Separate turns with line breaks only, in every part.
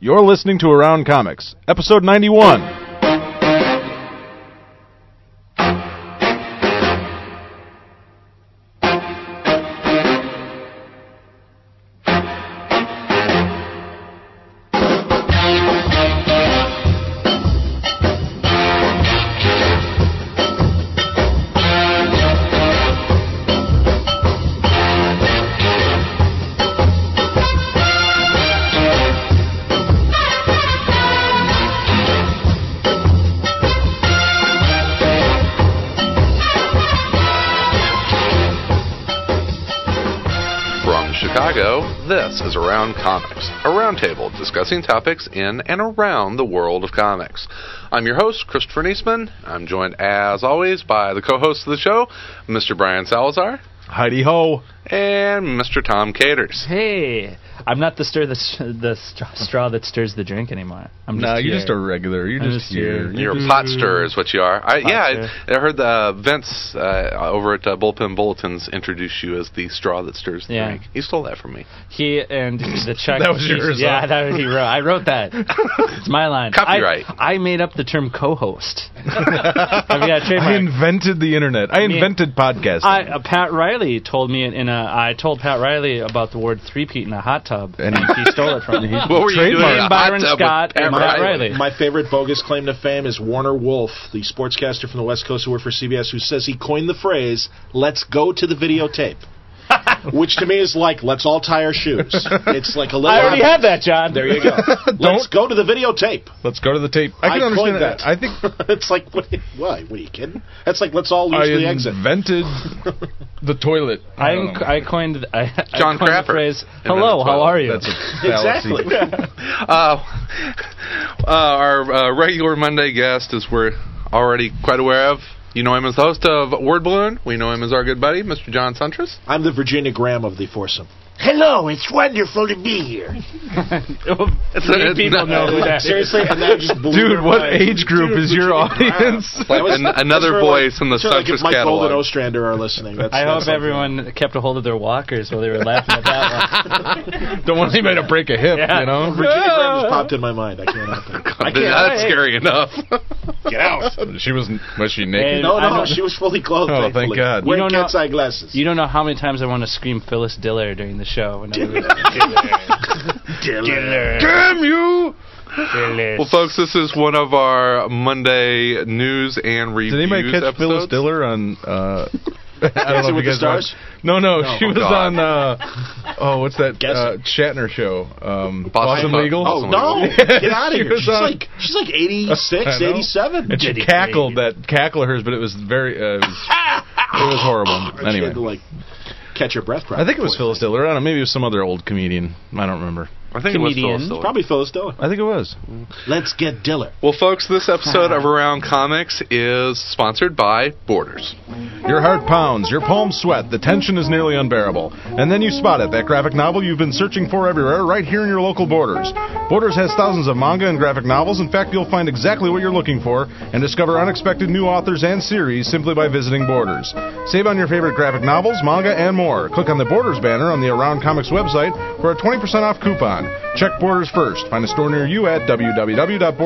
You're listening to Around Comics, episode 91.
From Chicago, this is Around Comics, a roundtable discussing topics in and around the world of comics. I'm your host, Christopher Niesman. I'm joined, as always, by the co host of the show, Mr. Brian Salazar
Heidi Ho.
and Mr. Tom Caters.
Hey, I'm not the stir the the straw, straw that stirs the drink anymore. I'm just
No, you're
here.
just a regular. You're
I'm
just,
just
here.
here.
You're a pot stirrer, is what you are. I, yeah,
stirrer.
I, I heard the Vince uh, over at uh, Bullpen Bulletins introduce you as the straw that stirs the
Yeah.
drink. He stole that from me.
he and the check.
That was yours,
Yeah,
huh?
that was he wrote. I wrote that. It's my line.
Copyright.
I, I made up the term co-host. I've got a
I
trademark.
invented the internet. I
Me-
invented podcasting.
I, uh, Pat Riley told me in, in a. I told Pat Riley about the word three-peat in a hot tub,
And
and
he-
he stole it from me.
What were you doing?
Trademark.
in a
Byron
hot tub with
Scott
Pat
and Matt Riley.
My favorite bogus claim to fame is Warner Wolf, the sportscaster from the West Coast who worked for CBS, who says he coined the phrase "Let's go to the videotape," which to me is like "Let's all tie our shoes." It's like a little.
I already had that, John.
There you go. Let's go to the videotape.
Let's go to the tape. I can
I
understand
coined
that.
that.
I think
it's like what? Why? What are you kidding? That's like let's all lose the
I
exit.
invented the toilet.
I,
don't know.
I coined. I, I
John
coined
Crawford.
the phrase.
Invented
Hello, how
twelve.
are you?
That's a fallacy.
Exactly.
uh, uh, our uh, regular Monday guest is we're already quite aware of. You know him as the host of Word Balloon. We know him as our good buddy, Mr. John Suntress.
I'm the Virginia Graham of the foursome.
Hello, it's wonderful to be here.
Many people
Oh,
know who that is.
Seriously, and that just blew
Dude,
their
what age
minds.
group
Dude,
is your
Virginia Graham.
audience?
Like
That was-
an,
that's
another
sort of like-
voice in the
sort of like
Suntress
if Mike Gold and
catalog.
Ostrander are listening. That's,
I
that's
hope
like-
everyone kept a hold of their walkers while they were laughing at that one.
Don't want anybody to break a hip,
Yeah.
you know?
Virginia Graham just popped in my mind. I can't help it. I can't.
That's scary enough.
Get out.
She was was she naked?
And
No,
I
no,
don't-
she was fully clothed.
Oh, thank
thankfully.
God. You
Wearing
don't know-
cat's eye glasses.
You don't know how many times I want to scream Phyllis Diller during the show. Whenever we-
Damn you!
Phyllis.
well, folks, this is one of our Monday news and reviews
Did anybody catch
episodes.
Phyllis Diller on? Uh, I don't know if
with
you
the
guys
Stars?
watched- No, no, she
Oh,
was
God.
on. Uh, oh, what's that?
Guess
Uh,
it.
Shatner show. Um,
Boston
Boston
Pop-
Legal.
Boston
Oh no! Get out of
She
here.
was
She's
on-
like she's like 86,
I know.
87.
And she cackled that cackle of hers, but it was very. Uh, it, was, it was horrible.
She
Anyway,
had to like catch her breath. Properly.
I think it was Phyllis Diller. I don't know. Maybe it was some other old comedian. I don't remember.
I think it was
Comedian.
Phyllis Diller.
Probably Phyllis Diller.
I think it was.
Let's get Diller.
Well, folks, this episode of Around Comics is sponsored by Borders.
Your heart pounds, your palms sweat, the tension is nearly unbearable. And then you spot it, that graphic novel you've been searching for everywhere, right here in your local Borders. Borders has thousands of manga and graphic novels. In fact, you'll find exactly what you're looking for and discover unexpected new authors and series simply by visiting Borders. Save on your favorite graphic novels, manga, and more. Click on the Borders banner on the Around Comics website for a 20% off coupon. Check Borders first. Find a store near you at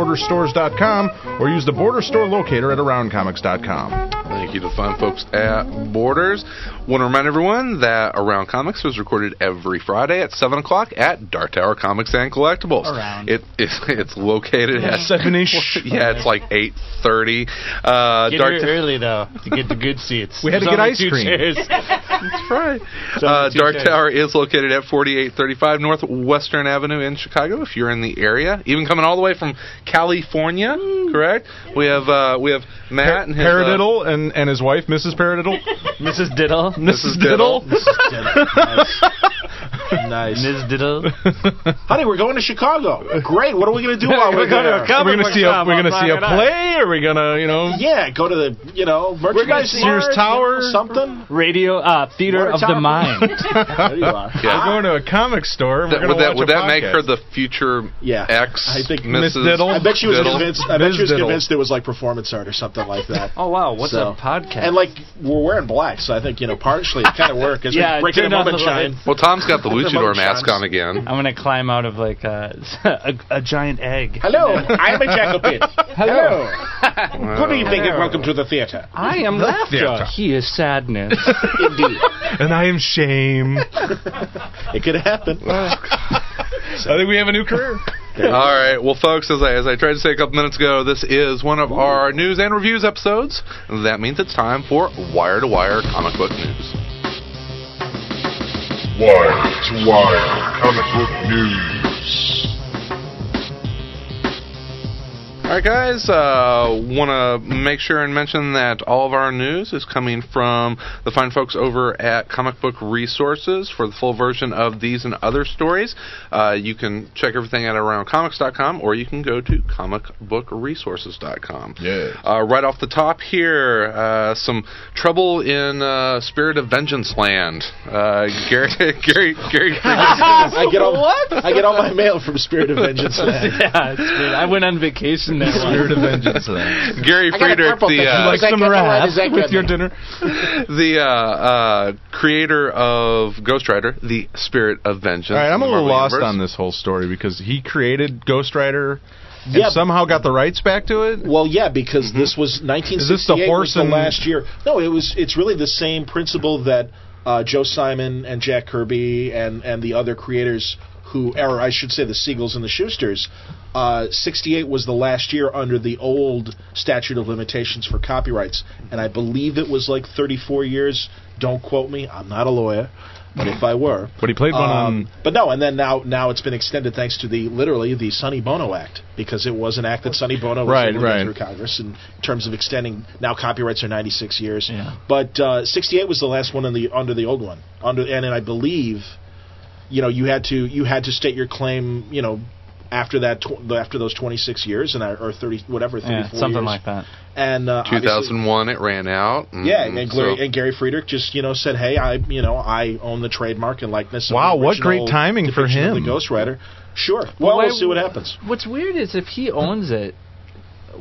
www.borderstores.com or use the Border Store locator at aroundcomics.com.
Thank you to the fine folks at Borders. Want to remind everyone that Around Comics is recorded every Friday at seven o'clock at Dark Tower Comics and Collectibles.
Around.
It, it's it's located at
Seven-ish.
Yeah, it's like eight thirty. Uh,
Get
Dark
here early though to get the good seats.
We had to
There's
get
only
ice
two
cream.
chairs.
Right.
So
Uh,
it's
Dark
okay.
Tower is located at 4835 North Western Avenue in Chicago. If you're in the area, even coming all the way from California, correct? We have uh, we have Matt and his uh,
Hmm. Paradiddle and, and his wife, Mrs. Paradiddle.
Mrs. Diddle.
Mrs. Diddle.
nice. nice.
Ms. Diddle.
Honey, we're going to Chicago. Great. What are we going to do while we're
going to
there?
a com-
Are we gonna
Comic
see a
book
we're gonna
shop
see a
on Friday
play? Are we gonna you know?
Yeah, go to the you know merchandise
see Sears
mart,
Tower.
something.
Radio uh, Theater
Water
of the
tower.
Mind.
There you are.
Yeah.
We're going to a comic store. and
That-
we're
would
gonna
that,
watch
would
a
that make her
podcast.
the future
Yeah,
ex
I think
Miss
Mrs.
Diddle?
I bet she was
Diddle.
convinced. I bet
Biz
she was
diddle.
convinced it was like performance art or something like that.
Oh wow, what's
So-
a podcast?
And like we're wearing black, so I think you know partially it kind of worked. It's
Yeah,
breaking a
turn on
moment
the
shine.
Well, Tom's got the luchador mask
mugshots.
on again.
I'm gonna climb out of like a, a, a giant egg.
Hello, I'm a jackal Hello. Good evening and welcome to the theater.
I am laughter.
theater.
He is sadness.
Indeed.
And I am shame. I
it could happen.
think we have a new career.
All right, well, folks, as I as I tried to say a couple minutes ago, this is one of our news and reviews episodes. That means it's time for wire to wire comic book news.
Wire to Wire Comic Book News.
All right, guys. Uh, Want to make sure and mention that all of our news is coming from the fine folks over at Comic Book Resources. For the full version of these and other stories, uh, you can check everything out around comics.com or you can go to comicbookresources.com.
Yes.
Uh, right off the top here, uh, some trouble in uh, Spirit of Vengeance land. Uh, Gary, Gary, Gary.
I get all I get all my mail from Spirit of Vengeance.
yeah, it's weird. I went on vacation that
Spirit of
one.
vengeance. then.
Gary Friedrich, the uh,
Like some rats with your dinner.
the uh, uh, creator of Ghost Rider, the Spirit of Vengeance.
All right, I'm a
in the
little
Marvel
lost
Universe.
on this whole story because he created Ghost Rider and
Yeah.
somehow got the rights back to it.
Well, yeah, because this was 1968
Mm-hmm. this the horse
was the
and-
last year. No, it was. It's really the same principle that uh, Joe Simon and Jack Kirby and and the other creators who, or I should say, the Seagulls and the Schusters. Uh, 68 was the last year under the old statute of limitations for copyrights, and I believe it was like 34 years. Don't quote me. I'm not a lawyer, but if I were,
But he played one
um,
on.
but no, and then now now it's been extended thanks to the literally the Sonny Bono Act because it was an act that Sonny Bono was
Right,
able to get
right.
through Congress in terms of extending. Now copyrights are 96 years, but uh, 68 was the last one in the under the old one under and, and I believe, you know, you had to you had to state your claim, you know. After that, tw- after those twenty six years and I, or thirty whatever thirty four
Yeah, something
years.
like that.
and uh, obviously-
2001, it ran out.
Mm,
and
yeah, and, Gary,
Mm-hmm. so-
and Gary Friedrich just you know said, "Hey, I you know I own the trademark and likeness." of
Wow,
the
what great
original
timing for
depiction of
him.
the Ghost Rider. Sure. Well,
why-
we'll see what happens.
What's weird is if he owns it,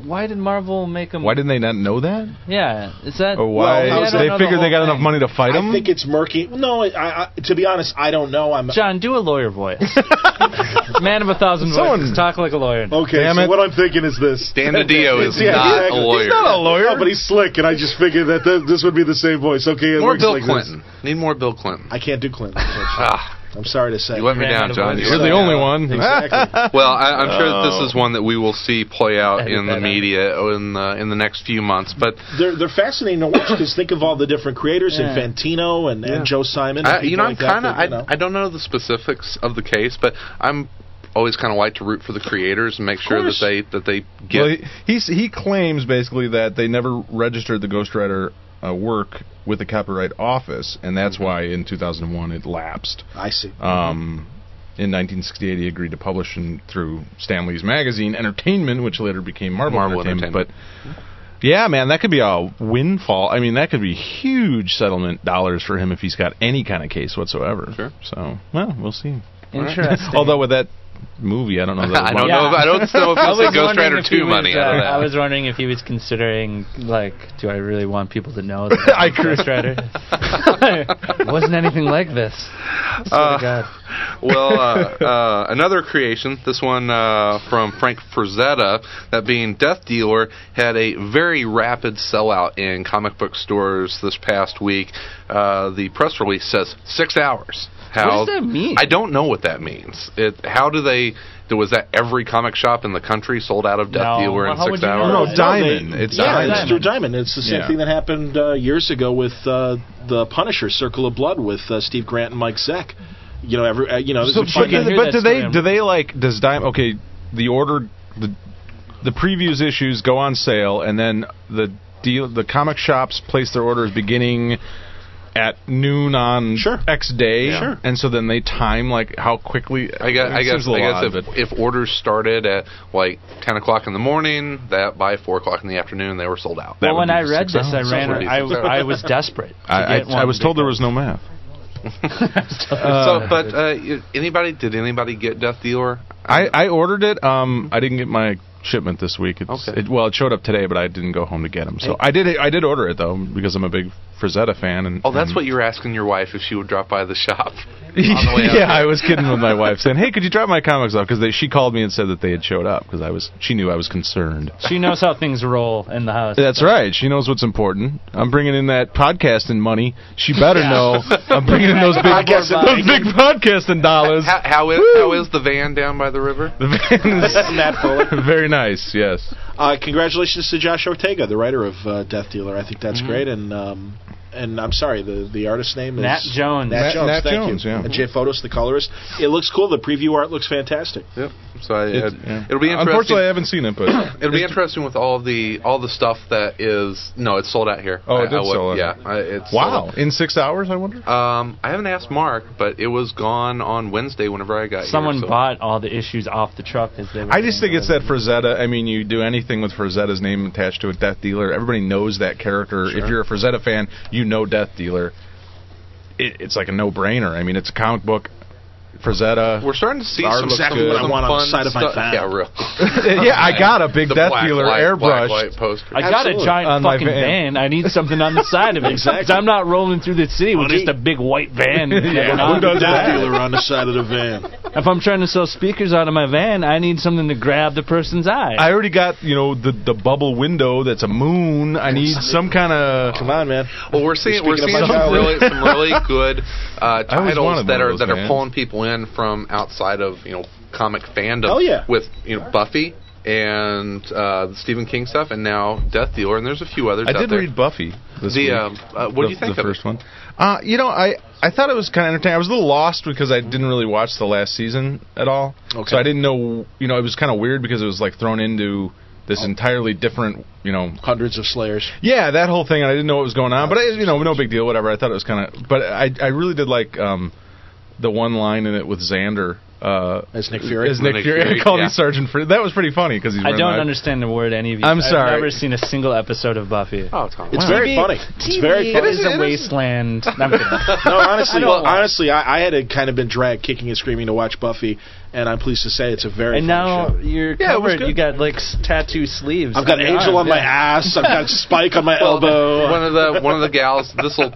why did Marvel make him?
Why didn't they not know that?
Yeah, is that?
Oh,
Or why
Well, how's
they
that-
figured they got enough
thing.
money to fight him?
I think it's murky. No, I, I, to be honest, I don't know. I'm
John, do a lawyer voice. Man of a thousand
Someone-
voices. Talk like a lawyer.
Oh,
okay.
Damn
so
it.
what I'm thinking is this:
Dan DiDio is
Yeah,
not
exactly.
a lawyer.
He's
not a lawyer.
No, but he's slick, and I just figured that th- this would be the same voice. Okay, it
more
works
Bill
like
Clinton.
This.
Need more Bill Clinton.
I can't do Clinton. unfortunately.
ah,
I'm sorry to say.
you let me
Ran out
down,
of
John.
voices.
You're the
let me
only
down.
one.
Exactly.
Well, I, I'm sure that
Oh.
this is one that we will see play out
That'd be
in the
better.
media in the in the next few months. But
they're they're fascinating to watch because think of all the different creators:
Yeah.
Infantino and,
Yeah.
and Joe Simon.
I,
and
uh, you
people
know, I'm
like that
kind of
that, you know.
I, I don't know the specifics of the case, but I'm always kind of like to root for the creators and make sure that
course.
they that they get
Well, he, he's, he claims basically that they never registered the Ghost Rider uh, work with the Copyright Office, and that's
Mm-hmm.
why in 2001 it lapsed.
I see.
Um, in 1968, he agreed to publish in, through Stanley's magazine, Entertainment, which later became Marvel,
Marvel
Entertainment.
Entertainment.
But yeah, man, that could be a windfall. I mean, that could be huge settlement dollars for him if he's got any kind of case whatsoever.
Sure.
So, well, we'll see.
Interesting.
Oh,
Although with that movie, I don't know. That
I don't
Yeah.
know. If, I don't know if
I
I'll
was
say Ghost
wondering
Rider
if he
Two
was,
money
uh,
out of that.
I was wondering if he was considering, like, do I really want people to know that I was Ghost Rider? Wasn't anything like this.
Uh,
Swear to God.
well, uh, uh, another creation. This one uh, from Frank Frazetta. That being Death Dealer had a very rapid sellout in comic book stores this past week. Uh, the press release says six hours. How
What does that mean?
I don't know what that means. It. How do they? Was that every comic shop in the country sold out of Death
No.
Dealer
Well,
in
how
six
would you know
hours?
No,
they-
Diamond. It's
yeah,
Diamond.
it's through Diamond. It's the same
Yeah.
thing that happened uh, years ago with uh, the Punisher, Circle of Blood, with uh, Steve Grant and Mike Zeck. You know, every uh, you know,
So,
there's a
but,
fucking-
hear
do- but
that
do they
story.
do they like does Dime? Okay, the order the the previews issues go on sale, and then the deal the comic shops place their orders beginning at noon on
Sure.
X day,
Yeah. Sure.
and so then they time like how quickly.
I guess, I
it
guess,
seems a lot,
I guess
but-
if, if orders started at like 10 o'clock in the morning, that by 4 o'clock in the afternoon, they were sold out.
That
well, when
would be
I read
six
this, I
hours.
ran.
That's
I,
what it is.
I was desperate. to
I,
get
I, I
one
was told there was
because-
no math.
so, but uh, you- anybody, did anybody get Death Dealer?
I, I ordered it. Um, I didn't get my shipment this week. It's,
Okay.
it, well, it showed up today, but I didn't go home to get them. So I did. I did order it though because I'm a big Frazetta fan. And
Oh, that's
and-
what you were asking your wife if she would drop by the shop. the way
yeah,
out there.
I was kidding with my wife, saying, "Hey, could you drop my comics off?" Because she called me and said that they had showed up because I was. She knew I was concerned.
She knows how things roll in the house.
That's right. She knows what's important. I'm bringing in that podcasting money. She better know. I'm bringing in those big,
Podcasting
those big podcasting dollars.
How, how is how is the van down by the river?
The van is very nice. Yes.
Uh, congratulations to Josh Ortega, the writer of uh, Death Dealer. I think that's great. And um, and I'm sorry, the, the artist's name is
Nat Jones.
Nat
Nat-
Jones.
Nat
thank
Jones,
you.
yeah.
And Jay Photos, the colorist. It looks cool. The preview art looks fantastic.
Yep. So I,
It's-
I-
yeah.
it'll be interesting.
Unfortunately, I haven't seen it, but
It'll be interesting with all the all the stuff that is no, it's sold out here.
Oh, it
I-
did
I would-
sell out.
Yeah, I, it's sold
wow.
out.
In six hours, I wonder.
Um, I haven't asked Mark, but it was gone on Wednesday whenever I got
Someone
here. so-
bought all the issues off the truck as they. Were
I just
getting
think it's that
delivered.
Frazetta. I mean, you do anything with Frazetta's name attached to a Death Dealer, everybody knows that character. If you're a Frazetta fan, you know Death Dealer. It, it's like a no-brainer. I mean, it's a comic book. Frazetta.
We're starting to see
Art
some
looks
some,
good.
some
What I
want on
fun
the side of my
stuff.
van.
Yeah, real.
yeah, I got a big
the
Death
black,
Dealer
white,
airbrushed.
black, white poster.
I got
Absolutely.
a giant
On my
fucking
van.
van. I need something on the side of it.
Exactly.
I'm not rolling through the city with
Honey.
just a big white van.
Yeah,
yeah,
who does
Death
that?
Dealer on the side of the van.
If I'm trying to sell speakers out of my van, I need something to grab the person's eye.
I already got you know the the bubble window that's a moon. I need some kind of.
Come on, man.
Well, we're seeing we're
Speaking of
seeing some
my childhood.
really some really good uh,
I always
titles
wanted
that
one of
are
those
that are
vans.
pulling people in from outside of you know comic fandom.
Oh, yeah.
with you know Buffy and uh, the Stephen King stuff, and now Death Dealer, and there's a few others.
I
out
did
there.
read Buffy. This
The,
week.
um, uh, what do
the,
you think
the
of
first
it?
one? Uh, you know, I I thought it was kind of entertaining. I was a little lost because I didn't really watch the last season at all,
Okay.
so I didn't know. You know, it was kind of weird because it was like thrown into
Oh.
this entirely different. You know,
Hundreds of Slayers.
yeah, that whole thing, and I didn't know what was going on. But I, you know, no big deal, whatever. I thought it was kind of, but I I really did like um, the one line in it with Xander. Uh,
As Nick Fury?
As Nick,
Nick
Fury,
Fury,
I called
yeah.
him Sergeant Fury. That was pretty funny because he's.
I
running
don't
around.
understand a word any of you.
I'm sorry.
I've never seen a single episode of Buffy.
Oh, Tom.
It's
Wow.
very funny. It's very
It
funny.
is a wasteland. I'm kidding.
No, honestly,
I don't watch.
honestly, I, I had a kind of been dragged kicking and screaming to watch Buffy, and I'm pleased to say it's a very.
and
funny
now
show.
you're
Yeah, it was
covered.
good.
You got like s- tattoo sleeves. ah,
I've got
your
Angel on
arm.
my
Yeah.
ass. I've got Spike on my
Well,
elbow.
One of the one of the gals. This will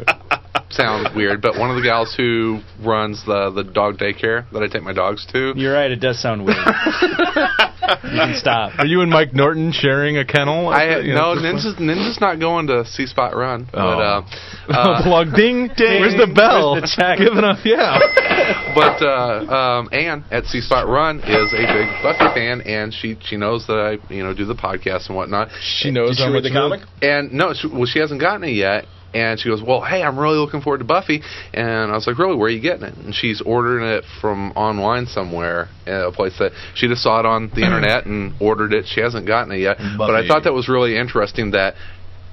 sound weird, but one of the gals who runs the the dog daycare that I take my dogs to.
You're right. It does sound weird. you can stop.
Are you and Mike Norton sharing a kennel?
I
You
no
know, Oh.
ninja's ninja's not going to C Spot Run, but uh, uh,
plug ding ding. Where's the bell?
Where's the check?
Giving up, yeah.
But uh, um, Anne at C Spot Run is a big Buffy fan, and she she knows that I you know do the podcast and whatnot.
she knows
Did you
how
read
much
the comic?
And no, she, well she hasn't gotten it yet. And she goes, well, hey, I'm really looking forward to Buffy. And I was like, really, where are you getting it? And she's ordering it from online somewhere, at a place that she just saw it on the internet and ordered it. She hasn't gotten it yet. But I
Buffy.
thought that was really interesting that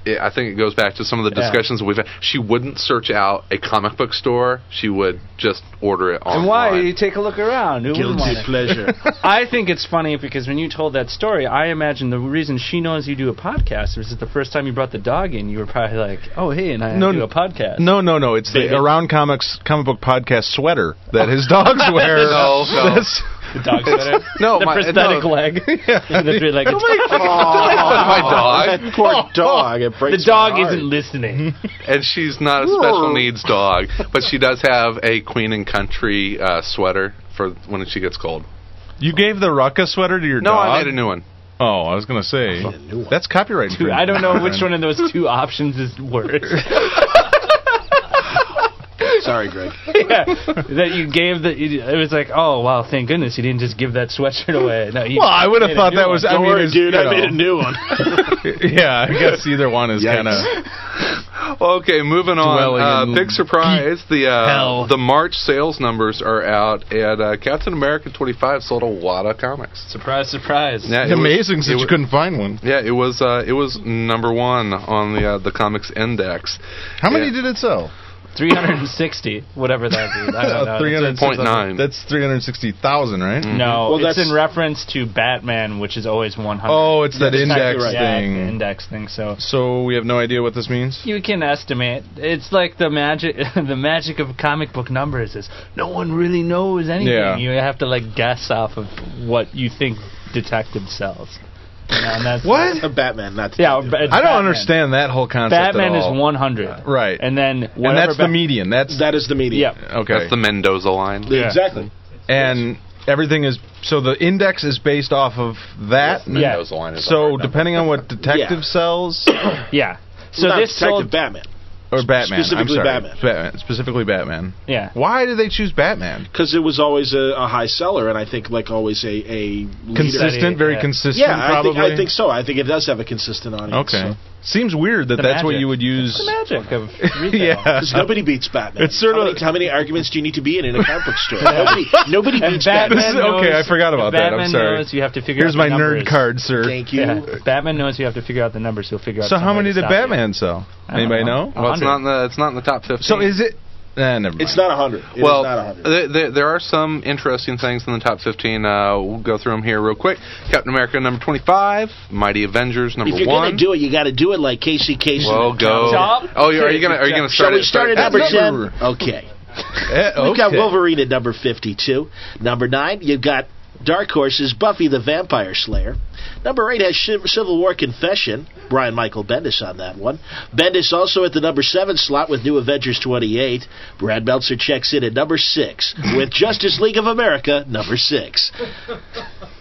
it, I think it goes back to some of the
Yeah.
discussions that we've had. She wouldn't search out a comic book store. She would just order it online.
And why? You take a look around. Who wouldn't
Guilty
want it?
pleasure.
I think it's funny because when you told that story, I imagine the reason she knows you do a podcast is that the first time you brought the dog in, you were probably like, "Oh, hey, and I
No,
do
no.
a podcast."
No, no, no. It's the
Baby.
Around Comics comic book podcast sweater that his dogs wear.
No, no.
That's-
the dog sweater,
No,
the
my-
prosthetic
no.
leg, and the
Oh
three-legged.
my dog.
that poor dog. It breaks
the dog
my heart.
isn't listening.
and she's not a special needs dog, but she does have a Queen and Country uh, sweater for when she gets cold.
you gave the Rucka sweater to your
No,
dog.
I made a new one.
Oh, I was gonna say that's copyright.
Dude, I don't know which one of those two options is worse.
Sorry, Greg.
yeah, that you gave the. It was like, oh wow, thank goodness you didn't just give that sweatshirt away. No, you
Well, I would have
made a
thought
new
that
one.
was. I
Don't
mean,
worry,
it's,
dude.
you
I made a
know,
new one.
Yeah, I guess either one is
Yikes.
kind of.
Okay, moving on.
Dwelling
Uh,
in
big surprise: the uh,
hell.
the March sales numbers are out, and uh, Captain America 25 sold a lot of comics.
surprise, surprise.
Yeah, it was-
Amazing
it
since you
was-
couldn't find one.
Yeah, it was uh, it was number one on the uh, the comics index.
How many
Yeah.
did it sell?
360, whatever that is. I don't know.
Three hundred
Point nine.
That's three hundred sixty thousand, right?
No,
Well,
it's
that's-
in reference to Batman, which is always 100.
Oh, it's that
That's exactly
index
right.
yeah,
thing.
the index thing. So
So we have no idea what this means.
you can estimate. It's like the magic, the magic of comic book numbers is no one really knows anything.
Yeah.
You have to like guess off of what you think detective sells. Batman on that.
What?
Batman, not
Yeah,
Detective.
but it's
I don't
Batman.
understand that whole concept. at
Batman
all.
is 100.
Right.
And then whatever
and that's the
Ba-
median. That's
That is the media.
Yep.
okay.
That's the Mendoza line.
Yeah, Exactly.
and everything is so the index is based off of that.
Yeah.
Mendoza line is
So
on right
depending on what detective
Yeah.
sells
Yeah. So
Not
this
Detective
sold.
Batman.
or Batman, I'm
Specifically
sorry.
Batman.
specifically Batman.
yeah.
Why did they choose Batman?
Because it was always a, a high seller, and I think, like, always a, a leader.
Consistent,
Steady,
very
yeah.
consistent.
Yeah, I
probably.
think, I think so. I think it does have a consistent audience.
Okay, seems weird that
The
that's what
magic.
you would use.
The magic of retail.
yeah,
Because nobody beats Batman.
It's sort
how
of-
many, how many arguments do you need to be in in a comic book store? Nobody, nobody
And
beats
Batman
Batman.
This is- okay,
knows-
I forgot about
if
that, I'm
Batman
sorry.
Knows you have to figure
here's
out
my
the
nerd
numbers.
card, sir.
Thank you.
Yeah. Batman knows you have to figure out the numbers. He'll figure out.
So
some
how
way
many
to
did
stop you.
Batman sell?
I don't
Anybody know?
know.
Well, it's
100.
not in the it's not in the top fifty.
So is it? Eh, never mind.
It's not 100. It is
well, uh,
not 100.
th- th- there are some interesting things in the top 15. Uh, we'll go through them here real quick. Captain America, number 25. Mighty Avengers, number
If you're
one.
gonna do it, you gotta do it like Casey Casey.
well, go.
Top
Oh, you- are you gonna are you gonna start
Shall we
it?
start at
That's
number
number-
10? Okay.
Eh, okay.
We've got Wolverine at number 52. Number 9, you've got Dark Horse's Buffy the Vampire Slayer. Number 8 has Civ- Civil War Confession. Brian Michael Bendis on that one. Bendis also at the number 7 slot with New Avengers 28. Brad Meltzer checks in at number 6 with Justice League of America, number 6.
Wow.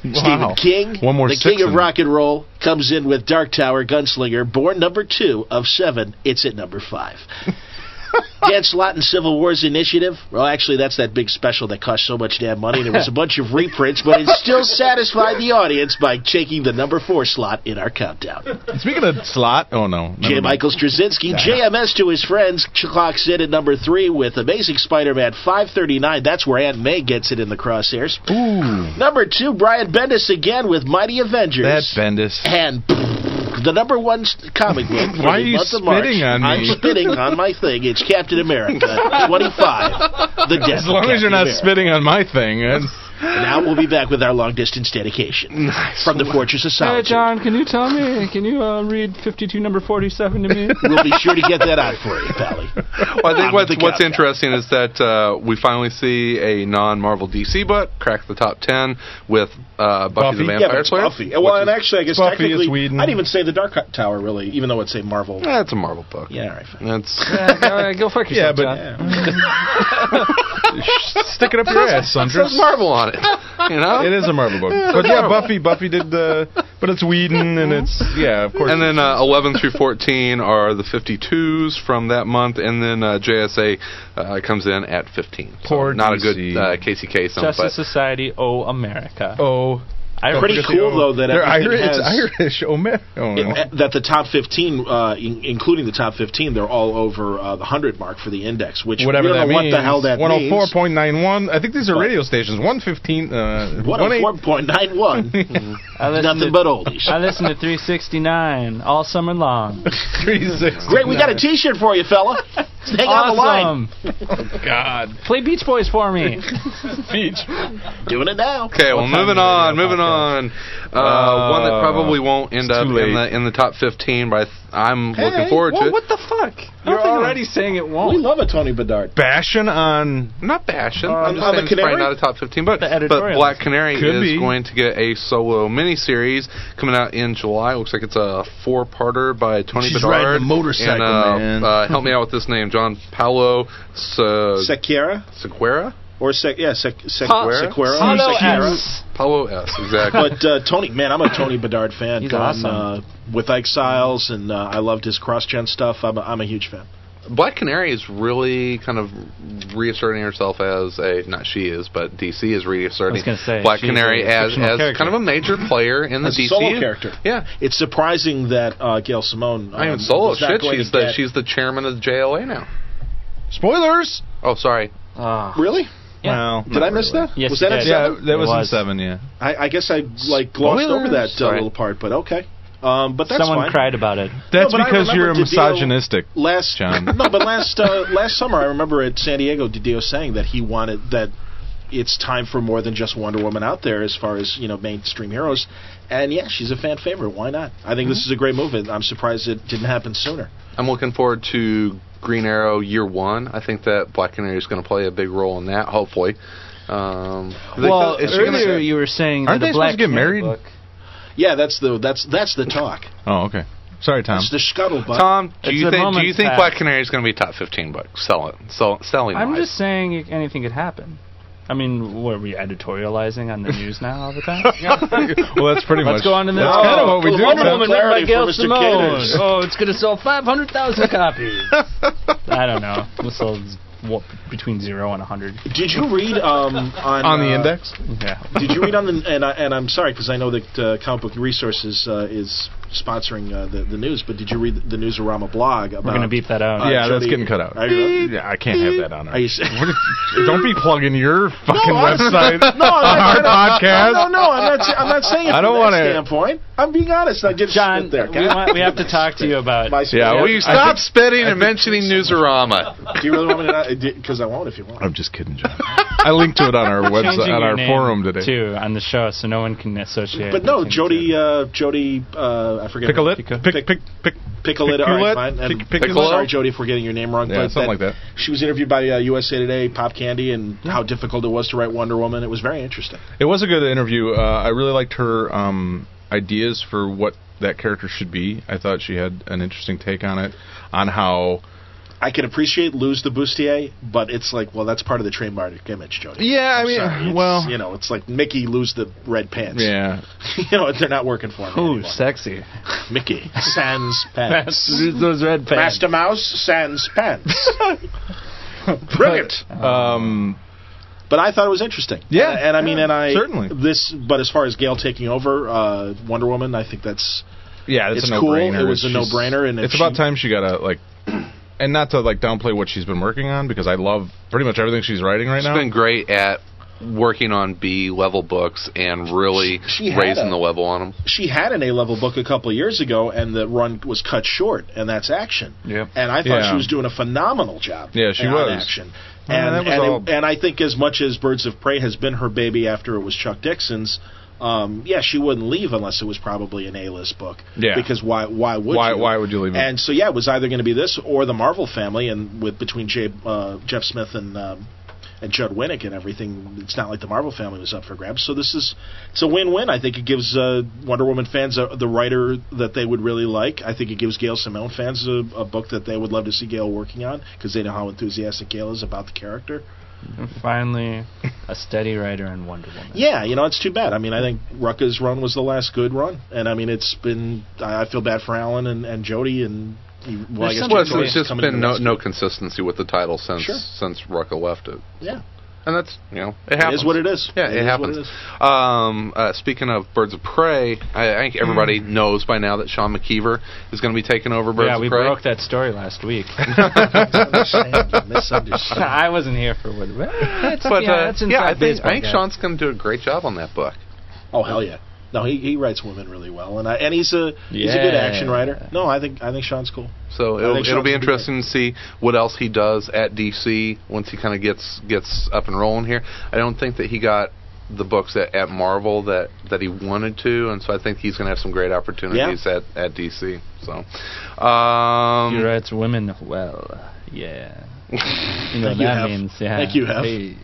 Stephen King,
Oh. One more
the
six
king of
in-
rock and roll, comes in with Dark Tower Gunslinger, born number two of seven. It's at number five. Dan Slott and Civil Wars Initiative. Well, actually, that's that big special that cost so much damn money. There was a bunch of reprints, but it still satisfied the audience by taking the number four slot in our countdown.
Speaking of slot, oh no,
J.
never mind.
Michael Straczynski, JMS to his friends, ch- clocks in at number three with Amazing Spider-Man 539. That's where Aunt May gets it in the crosshairs.
Ooh,
Number two, Brian Bendis again with Mighty Avengers.
that Bendis.
and the number one s- comic book. for the
Why are you
month of March.
spitting on
I'm
me?
spitting on my thing. It's Captain America 25. The death.
As long as you're not spitting on my thing, and
Now we'll be back with our long distance dedication from the Fortress of
Hey
Solitude.
John, can you tell me? Can you uh, read 52 number 47 to me?
We'll be sure to get that out for you, Pally.
Well, I think
I'm
what's,
the
what's
captain.
interesting is that uh, we finally see a non-Marvel DC book crack the top 10 with uh,
Buffy?
Buffy, the
Yeah,
Vampire
yeah, but it's
Slayer.
Buffy. Well,
which
and
is-
actually, I guess
Buffy, it's
technically,
Whedon. Hmm.
I'd even say the Dark Tower, really, even though it's a Marvel.
Eh, it's a Marvel book.
Yeah, all right. fine.
That's
uh, go fuck yourself,
Yeah, but-
John.
stick it up your ass,
it says
Sundress.
Marvel on it. You know.
It is a Marvel book, but yeah, Buffy. Buffy did the, but it's Whedon, and it's yeah, of course.
And then uh, 11 through 14 are the 52s from that month, and then uh, JSA uh, comes in at 15. So
Poor
not a
DC.
good uh, Casey Kasem,
Justice
but
Society, oh America.
oh,
I
Pretty
Forget the
cool,
O.
though, that
they're
everything
Irish.
has-
It's Irish. Oh man, oh, no.
Uh, that the top 15, uh, in, including the top 15, they're all over uh, the 100 mark for the index, which
whatever
we
that
don't know
means.
what the hell that
One hundred four
means.
point nine one. I think these are radio stations. One fifteen. Uh,
oh
18
104.91.
I listened
Nothing
to,
but oldies.
I listened to 369 all summer long.
360.
Great, we got a t shirt for you, fella. Hang on the line.
awesome.
God.
Play Beach Boys for me.
Beach.
Doing it now.
okay. Well,
time
moving
do we
on,
have
moving on. Uh,
Uh,
one that probably won't end
it's
up
too
in
late.
the in the top 15, but I th- I'm looking forward to it.
the fuck? You're already saying it
We
won't.
love a Tony Bedard.
Bashing on.
I'm not bashing.
Uh,
I'm just
on the
saying it's probably
Canary?
not a top 15 book.
The
But
editorial.
Black Canary
Could
is
be.
going to get a solo miniseries coming out in July. Looks like it's a four-parter by Tony
She's
Bedard.
riding a motorcycle,
and, uh,
man.
Uh, help me out with this name, John Paolo Se-
Sequeira?
Sequeira?
Or Sec, yeah, Sec, Sec,
Pa-
Sequeira?
Paulo
Sequeira?
S.
Paolo S. Exactly.
But uh, Tony, man, I'm a Tony Bedard fan.
He's
Gone,
awesome.
uh, with Exiles, and uh, I loved his cross-gen stuff. I'm a, I'm a huge fan.
Black Canary is really kind of reasserting herself as a not she is, but DC is
I
reasserting
was gonna say,
Black
she's a
Canary as
fictional
as
character.
kind of a major player in the
As a
DC
solo character.
Yeah,
It's surprising that uh, Gail Simone.
I
um,
am solo
was not
shit.
going to
She's the
get-
she's the chairman of the JLA now.
Spoilers.
Oh, sorry.
Ah.
really.
Yeah.
Well,
Did I miss that?
Yes,
was
you
that at
did.
Yeah,
seven?
that
It
was, in
was.
seven. Yeah.
I, I guess I like glossed over that
Spoilers.
uh,
Sorry.
little part, but okay. Um, but that's
Someone
fine.
cried about it.
That's
but I
because you're
remember Didio-
misogynistic.
last
John.
no, but last uh, last summer I remember at San Diego Didio saying that he wanted that it's time for more than just Wonder Woman out there as far as you know mainstream heroes, and yeah, she's a fan favorite. Why not? I think
Mm-hmm.
this is a great move, and I'm surprised it didn't happen sooner.
I'm looking forward to Green Arrow Year One. I think that Black Canary is going to play a big role in that. Hopefully. Um, they-
Well,
is she gonna-
earlier you were saying
Aren't
that
they
a Black
supposed to get
Canary
married?
book-
Yeah, that's the that's that's the talk.
Oh, okay. Sorry, Tom.
It's the scuttlebutt.
Um, Tom, do
It's
you
a
think do you
moment's
think
pass.
Black Canary is going to be top fifteen books? Sell it, sell, selling.
I'm
wise?
just saying it- anything could happen. I mean, what are we editorializing on the news now all the time?
well, that's pretty
Let's
much.
go on to the
that's
next
kind of
one.
what we do.
Wonder
Tom.
Woman written by
Clarity
Gail
for Mr.
Simone.
Caters.
Oh, it's going to sell 500,000 copies. I don't know. We'll sell z- what, between 0 and 100.
Did you read um, on
On the
uh,
index.
Yeah.
Did you read on the and I, and I'm sorry because I know that uh, Comic Book Resources uh, is sponsoring uh, the the news, but did you read the Newsarama blog about?
We're going to beep that out.
uh,
yeah, that's
Jody-
getting cut out.
Are you-
yeah, I can't have that on
Are
our
you s-
Don't be plugging your fucking
honestly,
website on
no,
our
I'm not-
podcast.
No, no, no, I'm not. sa- I'm not saying it
I
from
don't
that
wanna-
standpoint. I'm being honest. I did
John,
spit there.
we, want, we have to talk to you about.
My
Yeah,
Will
we-
you
I
stop
think-
spitting and mentioning Newsarama?
Do you really want me to? Because I won't if you want.
I'm just kidding, John. I linked to it on our website,
changing
on
your
our
name,
forum today.
too on the show, so no one can associate.
But no,
anything to
Jody,
it.
uh, Jody, uh, I forget.
Pickle it.
Pico-
Pick, pick, pick.
Picolet, all right,
Picolet?
fine. And
Pic- Picolet?
Sorry, Jody, if we're getting your name wrong.
Yeah,
but
something like that.
She was interviewed by uh, USA Today, Pop Candy, and how difficult it was to write Wonder Woman. It was very interesting.
It was a good interview. Uh, I really liked her um, ideas for what that character should be. I thought she had an interesting take on it, on how.
I can appreciate Lose the Bustier, but it's like, well, that's part of the trademark image, Jody.
Yeah, I
I'm
mean,
sorry. It's,
well,
you know, it's like Mickey lose the red pants.
yeah,
you know, they're not working for him.
uh, Ooh,
anymore.
sexy.
Mickey sans pants.
Those red pants.
Master Mouse sans pants. Brilliant. uh,
um,
But I thought it was interesting.
Yeah,
and, and I mean,
yeah,
and I
certainly.
this. But as far as Gail taking over uh, Wonder Woman, I think that's
yeah, it's,
It's
a
cool.
no-brainer.
It was a
She's-
no-brainer, and if
it's about
she-
time she got a like, and not to like downplay what she's been working on because I love pretty much everything she's writing right
She's
now.
been great at working on B level books and really
She- she had
raising
a-
the level on them.
she had an A level book a couple of years ago, and the run was cut short, and that's action.
Yep.
And I thought
Yeah.
she was doing a phenomenal job.
Yeah, she
on
was.
action.
Yeah,
And
that was
and, it-
all-
and I think as much as Birds of Prey has been her baby after it was Chuck Dixon's. Um, yeah, she wouldn't leave unless it was probably an A-list book.
Yeah.
Because why? Why would
Why-
you?
why would you leave it?
And so yeah, it was either going to be this or the Marvel family, and with between Jay, uh, Jeff Smith and um, and Judd Winnick and everything, it's not like the Marvel family was up for grabs. So this is it's a win-win. I think it gives uh, Wonder Woman fans a, the writer that they would really like. I think it gives Gail Simone fans a, a book that they would love to see Gail working on because they know how enthusiastic Gail is about the character.
Finally, a steady writer and Wonder Woman.
Yeah, you know it's too bad. I mean, I think Rucka's run was the last good run, and I mean it's been. I I feel bad for Alan and, and Jody and. Well, I guess
Well,
Jody
it's, it's
is
just
coming
been
into
no,
this.
no consistency with the title since
Sure.
since Rucka left it,
Yeah,
and that's you know it
it
happens.
is what it is.
Yeah, it,
is what
happens. Um, uh, speaking of Birds of Prey, I, I think everybody knows by now that Sean McKeever is going to be taking over Birds
yeah,
of
we
Prey.
broke that story last week.
Misunderstand, misunderstand.
I wasn't here for what. That's,
But
yeah,
uh,
that's
yeah,
inside
I think,
baseball,
I think
guys.
Sean's going to do a great job on that book.
Oh hell yeah! No, he, he writes women really well, and I, and he's a he's a good
Yeah.
action writer. No, I think I think Sean's cool.
So it'll,
think
it'll be
Sean's gonna be
interesting to see what else he does at DC once he kind of gets gets up and rolling here. I don't think that he got the books at, at Marvel that, that he wanted to, and so I think he's going to have some great opportunities at, at DC. So, um,
He writes women well. Yeah. You know
Thank
what
you,
that
Hef.
means. Yeah.
Thank you, Hef.
Hey.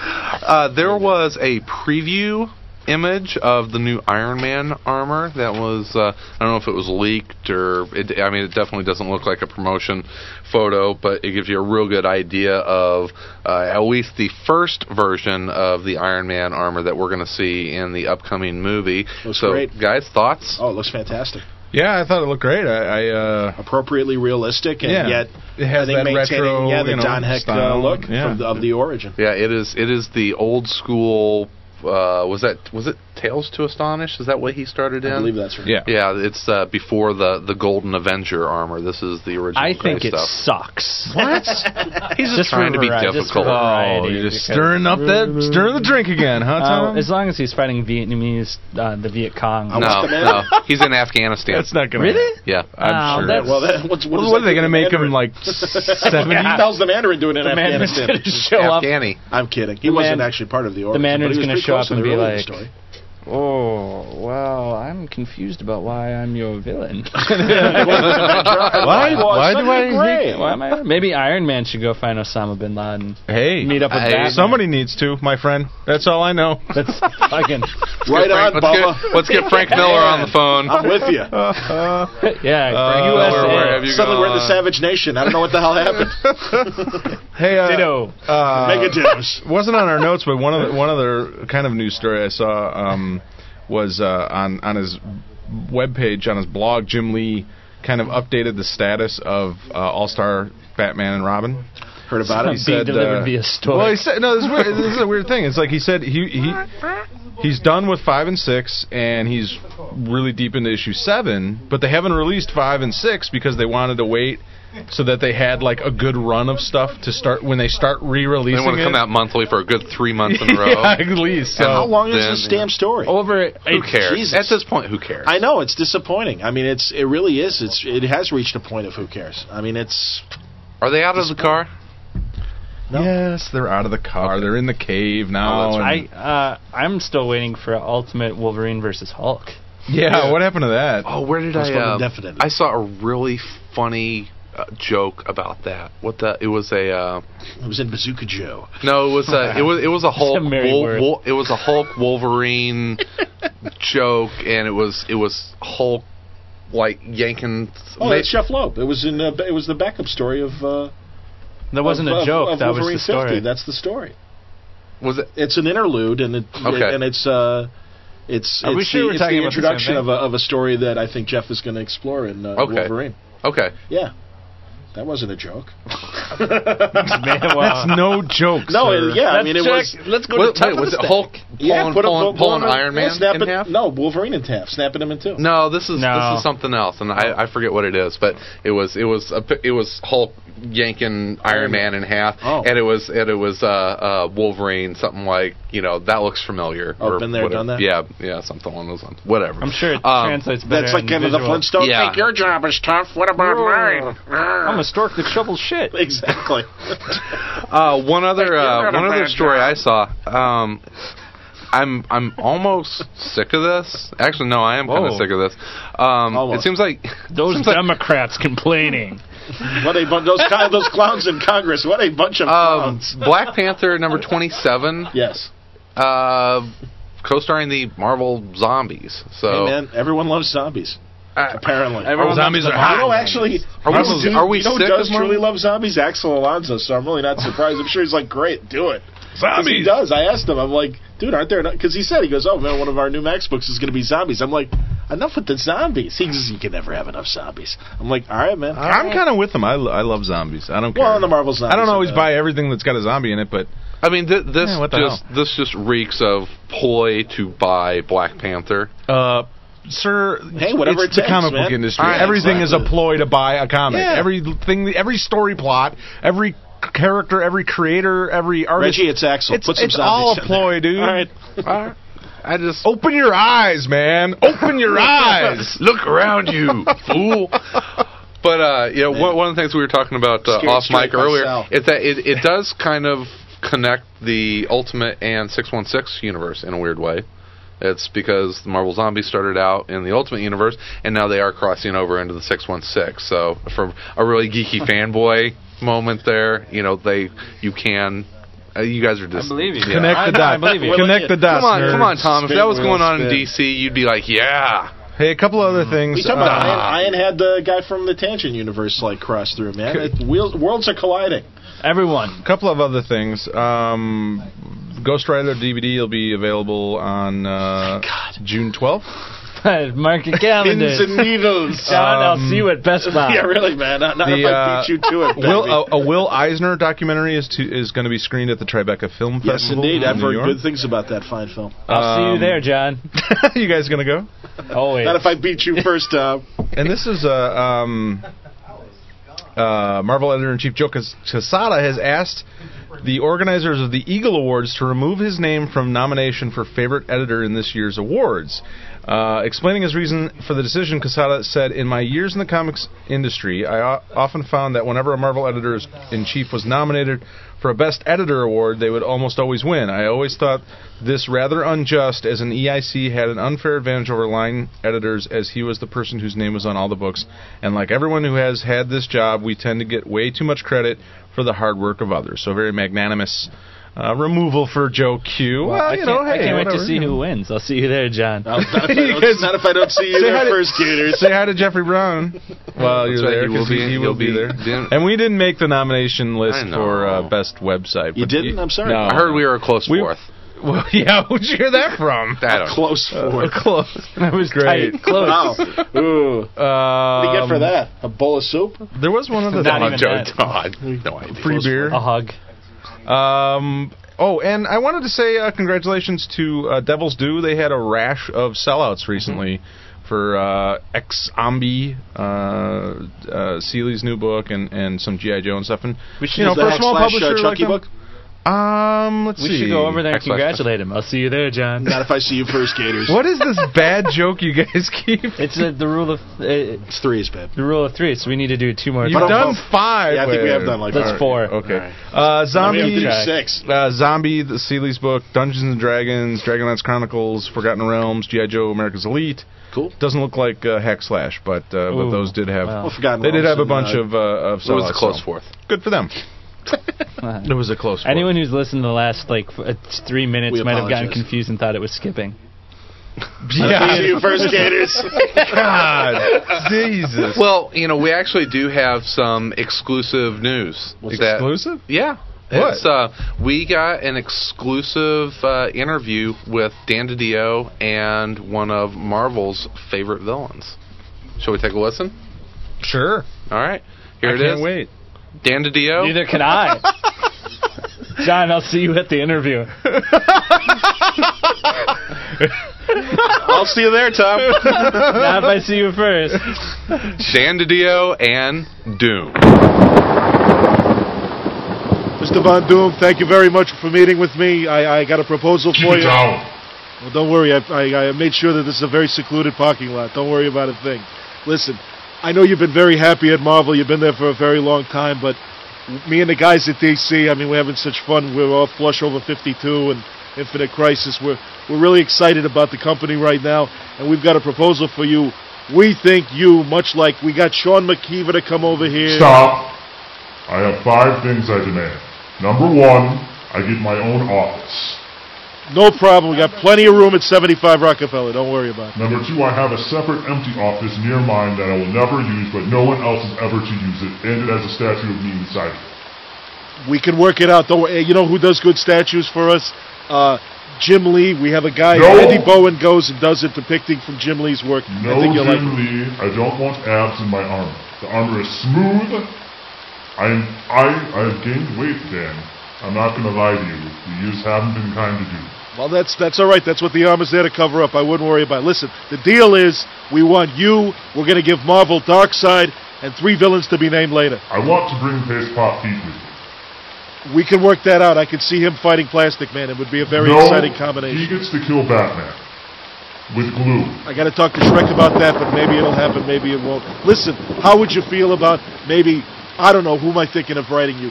Uh, there was a preview image of the new Iron Man armor that was uh, I don't know if it was leaked or it, I mean it definitely doesn't look like a promotion photo, but it gives you a real good idea of uh, at least the first version of the Iron Man armor that we're going to see in the upcoming movie.
Looks
so,
great.
guys, thoughts?
Oh, it looks fantastic.
yeah, I thought it looked great. I, I uh,
Appropriately realistic, and
Yeah.
yet
It has
I think
that
maintaining,
retro,
yeah, the
you know,
Don Heck uh,
style.
look
Yeah.
from the, of the origin.
Yeah, it is. It is the old school. Uh, was that was it Tales to Astonish? Is that what he started in?
I believe that's right.
yeah,
Yeah, it's uh, before the the Golden Avenger armor. This is the original.
I think
Grey
it
stuff.
sucks. Uh,
He's just,
just
trying to be
for, uh, just
difficult.
Oh,
for variety,
you're just
because-
stirring up that stirring the drink again, huh,
Uh,
Tom?
as long as he's fighting Vietnamese, uh, the Viet Cong.
no, no, he's in Afghanistan.
That's not gonna.
Really?
yeah,
Oh,
I'm sure.
that's-
Well, that, what's, what,
What, what
does
are they
that do
going to make him
Mandarin?
like seventy?
He tells the Mandarin doing it
the
in
Mandarin's
Afghanistan.
going to show up.
Afghani.
I'm kidding. He
The
wasn't
man-
actually part of the origin.
Mandarin's
going
gonna
to
show up and be like-
story.
Oh, well, I'm confused about why I'm your villain.
Why? Why do
Sunday
I?
Gray.
why am I? Maybe Iron Man should go find Osama bin Laden.
Hey,
Meet up with
I-
Batman.
somebody needs to, my friend. That's all I know.
That's fucking
Let's
Right
get Frank,
on,
let's
Bubba.
Get, let's get Frank Miller on the phone.
I'm with you.
yeah,
Uh,
USA.
where- where have you
Suddenly we're in the
gone?
Savage Nation. I don't know what the hell happened.
hey, uh,
Ditto.
uh,
Negatives.
wasn't on our notes, but one of the, one other kind of news story I saw um, was uh, on on his webpage on his blog. Jim Lee kind of updated the status of uh, All Star Batman and Robin.
Heard about
He
it.
said,
delivered
uh,
via stork.
Well, he said no. This is, weird, this is a weird thing. It's like he said he he he's done with five and six, and he's really deep into issue seven. But they haven't released five and six because they wanted to wait so that they had like a good run of stuff to start when they start
They
re-releasing.
want to come
it.
out monthly for a good three months in a row.
Yeah, at least. So.
How long
Then,
is this damn story?
Oh.
over
Who cares?
Jesus.
At this point, who cares?
I know it's disappointing. I mean, it's it really is. It's it has reached a point of who cares. I mean, it's
Are they out of the car?
No.
Yes, they're out of the car. They're in the cave now.
Oh, that's
and-
I uh, I'm still waiting for Ultimate Wolverine versus Hulk.
yeah, what happened to that?
Oh, where did
That's
I?
what
Uh,
indefinite.
I saw a really funny uh, joke about that. What the? It was a. Uh,
it was in Bazooka Joe.
No, it was a it was it was a Hulk
a merry
Wol-
word.
Wol- it was a Hulk Wolverine joke, and it was it was Hulk like yanking.
Oh,
ma-
that's Jeff Loeb. It was in uh, it was the backup story of. Uh,
That wasn't
of-
a
of-
joke.
Of
that was
Wolverine
the story.
50. That's the story.
was it?
It's an interlude, and it,
Okay.
and it's uh, it's
Are we
it's
sure
the,
we're talking
it's the
about the same
introduction
thing?
of a of a story that I think Jeff is going to explore in uh,
Okay.
Wolverine.
Okay,
Yeah, that wasn't a joke.
Man, wow.
That's no joke.
No,
sir.
it, yeah, I
Let's
mean it was.
check- let's go
was,
to the top
wait,
of
was
the
it
stack.
Hulk
Yeah,
pulling,
put a-
pulling,
pull
pulling
him in-
Iron Man
yeah, snap
in
it-
half?
No, Wolverine in half, snapping him in two.
No, this is
No.
this is something else, and I, I forget what it is, but it was it was a, pi- it was Hulk yanking Iron Man in half,
Oh.
and it was and it was uh, uh, Wolverine something like you know that looks familiar.
Oh, been there,
whatever.
done that?
Yeah, yeah, something along those lines. Whatever.
I'm sure it
Um,
translates better.
That's like
in
kind of the
visual.
Flintstone.
Yeah.
Think your job is tough. What about mine?
I'm a stork that shovels shit.
Exactly.
Uh, one other uh,
not a
one other
bad
story I saw. Um, I'm I'm almost sick of this. Actually, no, I am kind of
Whoa.
sick of this. Um, it
Almost.
seems like
Those
seems like,
Democrats complaining.
what a bunch those cl- those clowns in Congress. What a bunch of
um,
clowns.
Black Panther number twenty seven,
Yes.
uh, co-starring the Marvel zombies. So
Hey man, everyone loves zombies.
I-
Apparently,
Everyone
Zombies
loves
are
the
hot.
You know, actually,
Are we-
you know, dude,
are we
you know who
sick
does
of Marvel?
truly love zombies? Axel Alonso. So I'm really not surprised. I'm sure he's like, great, do it. 'Cause He
Zombies.
does. I asked him. I'm like, dude, aren't there? Because he said he goes, oh man, one of our new Max books is going to be zombies. I'm like, enough with the zombies. He goes, you can never have enough zombies. I'm like, all right, man.
I'm kind of with them. I, lo- I love zombies. I don't care.
well, in the Marvel zombies.
I don't always
uh,
buy everything that's got a zombie in it, but
I mean, th- this
Yeah, what the
just
hell?
this just reeks of ploy to buy Black Panther.
uh, sir,
Hey, whatever
it's the
it takes,
comic
man.
book industry.
All right,
everything is a
exactly.
ploy to buy a comic.
Yeah.
Everything, every story plot, every character, every creator, every artist.
Reggie, it's Axel.
It's,
Put some
it's
zombies
all
in
a
there.
ploy, dude.
All right.
I I just
Open your eyes, man. Open your eyes.
Look around you, fool. But uh, you know, one, one of the things we were talking about uh,
Scared
off
straight
mic earlier
myself.
is that it, it does kind of connect the Ultimate and Six One Six universe in a weird way. It's because the Marvel Zombies started out in the Ultimate universe, and now they are crossing over into the Six One Six. So, from a really geeky fanboy moment there, you know, they you can. Uh, you guys are just
believe you.
Yeah.
Connect
I
the
know, I
dots.
believe you.
Connect the dots.
Come on,
nerds.
come on, Tom. If
Spin,
that was going
wheel,
on in
spin.
DC, you'd be like, yeah.
Hey, a couple
Mm.
other things.
We talking about
Uh,
Iron, Iron had the guy from the Tangent universe like cross through, man.
Could-
It, wheels, worlds are colliding.
Everyone.
couple of other things. Um, Ghost Rider DVD will be available on uh, June 12th.
Mark your
Pins and
calendars.
needles.
John,
Um,
I'll see you at Best Buy.
yeah, really, man. Not, not
The,
if I
uh,
beat you to it.
Will,
baby.
a, a Will Eisner documentary is to, is going to be screened at the Tribeca Film
yes,
Festival.
indeed.
in
I've
New
heard
York.
good things about that fine film.
I'll see
Um,
you there, John.
you guys going to go?
Always.
Not if I beat you first. Uh,
And this is a. um, uh, Marvel editor in chief Joe Cas- Quesada has asked the organizers of the Eagle Awards to remove his name from nomination for favorite editor in this year's awards. Uh, explaining his reason for the decision, Quesada said, "In my years in the comics industry, I o- often found that whenever a Marvel editor in chief was nominated for a Best Editor award, they would almost always win. I always thought this rather unjust, as an EIC had an unfair advantage over line editors, as he was the person whose name was on all the books. And like everyone who has had this job, we tend to get way too much credit for the hard work of others. So very magnanimous Uh, removal for Joe Q. Well,
I
you
can't,
know,
I
hey,
can't wait to
whatever,
see
you know.
who wins. I'll see you there, John.
Not if I don't-
Yes.
not if I don't see you
Say hi
there
to-
first, Gators.
Say hi to Jeffrey Brown while you're
That's right,
there,
you will
'cause
be-
he, he
you'll
will be,
be-
there.
didn't-
And we didn't make the nomination list
I know.
for uh, best website.
You
but
didn't? I'm sorry.
No.
Oh,
I heard we were a close
We-
fourth.
Well, yeah, who'd you hear that from?
I don't know.
Close fourth.
Uh, close. That was great.
Tight, close.
Wow. Ooh.
Um,
What do you get for that? A bowl of soup?
There was one other
Not
thing.
even
Joe
that.
Todd. No idea.
Free beer.
A hug.
Um, oh, and I wanted to say uh, congratulations to uh, Devils Do. They had a rash of sellouts recently for uh, Ex Ombi, uh, uh, Seeley's new book, and, and some G.I. Joe and stuff. And,
should
you know,
use
for
the
a small
backslash, uh,
publisher like
Chunky
them-
book?
Um, let's
We
see.
should go over there and
Next question.
congratulate him. I'll see you there, John.
Not if I see you first, Gators.
What is this bad joke you guys keep?
It's uh, the rule of uh,
It's threes, babe.
the rule of three, so we need to do two more.
You've
But-
done five.
Yeah, I think we
with-
have done like
That's
that.
four.
Okay.
All right.
Uh,
We have to
zombie.
do
Try.
six.
Uh, Zombie, the Seeley's book, Dungeons and Dragons, Dragonlance Chronicles, Forgotten Realms, G.I. Joe, America's Elite.
Cool.
Doesn't look like uh, Hack Slash, but uh, but
Ooh,
those did have
wow.
Well, Oh, forgotten.
they did
Realms
have a
and,
bunch
uh,
of uh, of
So it was
sellouts,
the close
so
fourth.
Good for them.
Uh,
It was a close. fourth.
Anyone who's listened to the last like f- uh, t- three minutes
We
might have gotten
apologize.
confused and thought it was skipping.
I see
yeah,
you first, Gators.
God, Jesus,
Well, you know, we actually do have some exclusive news. that-
exclusive.
Yeah.
What?
It's, uh, we got an exclusive uh, interview with Dan DiDio and one of Marvel's favorite villains. Shall we take a listen?
Sure,
All right. Here
I
it is.
can't wait.
Dan DiDio.
Neither can I. John, I'll see you at the interview.
I'll see you there, Tom.
Not if I see you first.
Dan DiDio and Doom.
Mr. Von Doom, thank you very much for meeting with me. I, I got a proposal for
Keep
you.
it down.
Well, don't worry, I, I, I made sure that this is a very secluded parking lot. Don't worry about a thing. Listen, I know you've been very happy at Marvel. You've been there for a very long time, but me and the guys at DC, I mean, we're having such fun. We're all flush over 52 and Infinite Crisis. We're, we're really excited about the company right now, and we've got a proposal for you. We think you, much like we got Sean McKeever to come over here.
Stop. I have five things I demand. Number one, I get my own office.
No problem. We got plenty of room at 75 Rockefeller. Don't worry about it.
Number two, I have a separate empty office near mine that I will never use, but no one else is ever to use it, and it has a statue of me inside it.
We can work it out. Don't worry. You know who does good statues for us? Uh, Jim Lee. We have a guy.
No.
Andy Bowen goes and does it, depicting from Jim Lee's work.
No,
I think
Jim
you'll like it.
Lee, I don't want abs in my armor. The armor is smooth. I am, I, I have gained weight, Dan. I'm not gonna lie to you. The years haven't been kind to you.
Well, that's that's all right. That's what the armor's there to cover up. I wouldn't worry about. it. Listen, the deal is we want you. We're going to give Marvel Darkseid and three villains to be named later.
I want to bring Pace Pop Pete with me.
We can work that out. I could see him fighting Plastic Man. It would be a very
No,
exciting combination.
He gets to kill Batman with glue.
I got to talk to Shrek about that, but maybe it'll happen, maybe it won't. Listen, how would you feel about maybe I don't know who am I thinking of writing you?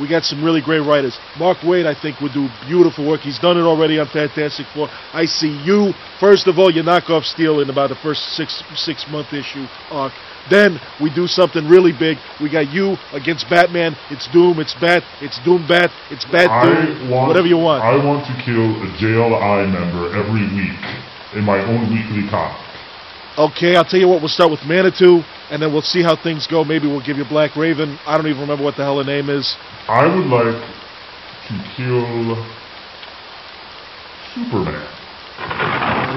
We got some really great writers. Mark Wade, I think, would do beautiful work. He's done it already on Fantastic Four. I see you. First of all, you knock off Steel in about the first six six month issue arc. Then we do something really big. We got you against Batman. It's Doom. It's Bat. It's Doom Bat. It's Bat
I
Doom.
want
whatever you want.
I want to kill a JLI member every week in my own weekly comic.
Okay, I'll tell you what, we'll start with Manitou, and then we'll see how things go. Maybe we'll give you Black Raven. I don't even remember what the hell her name is.
I would like to kill Superman.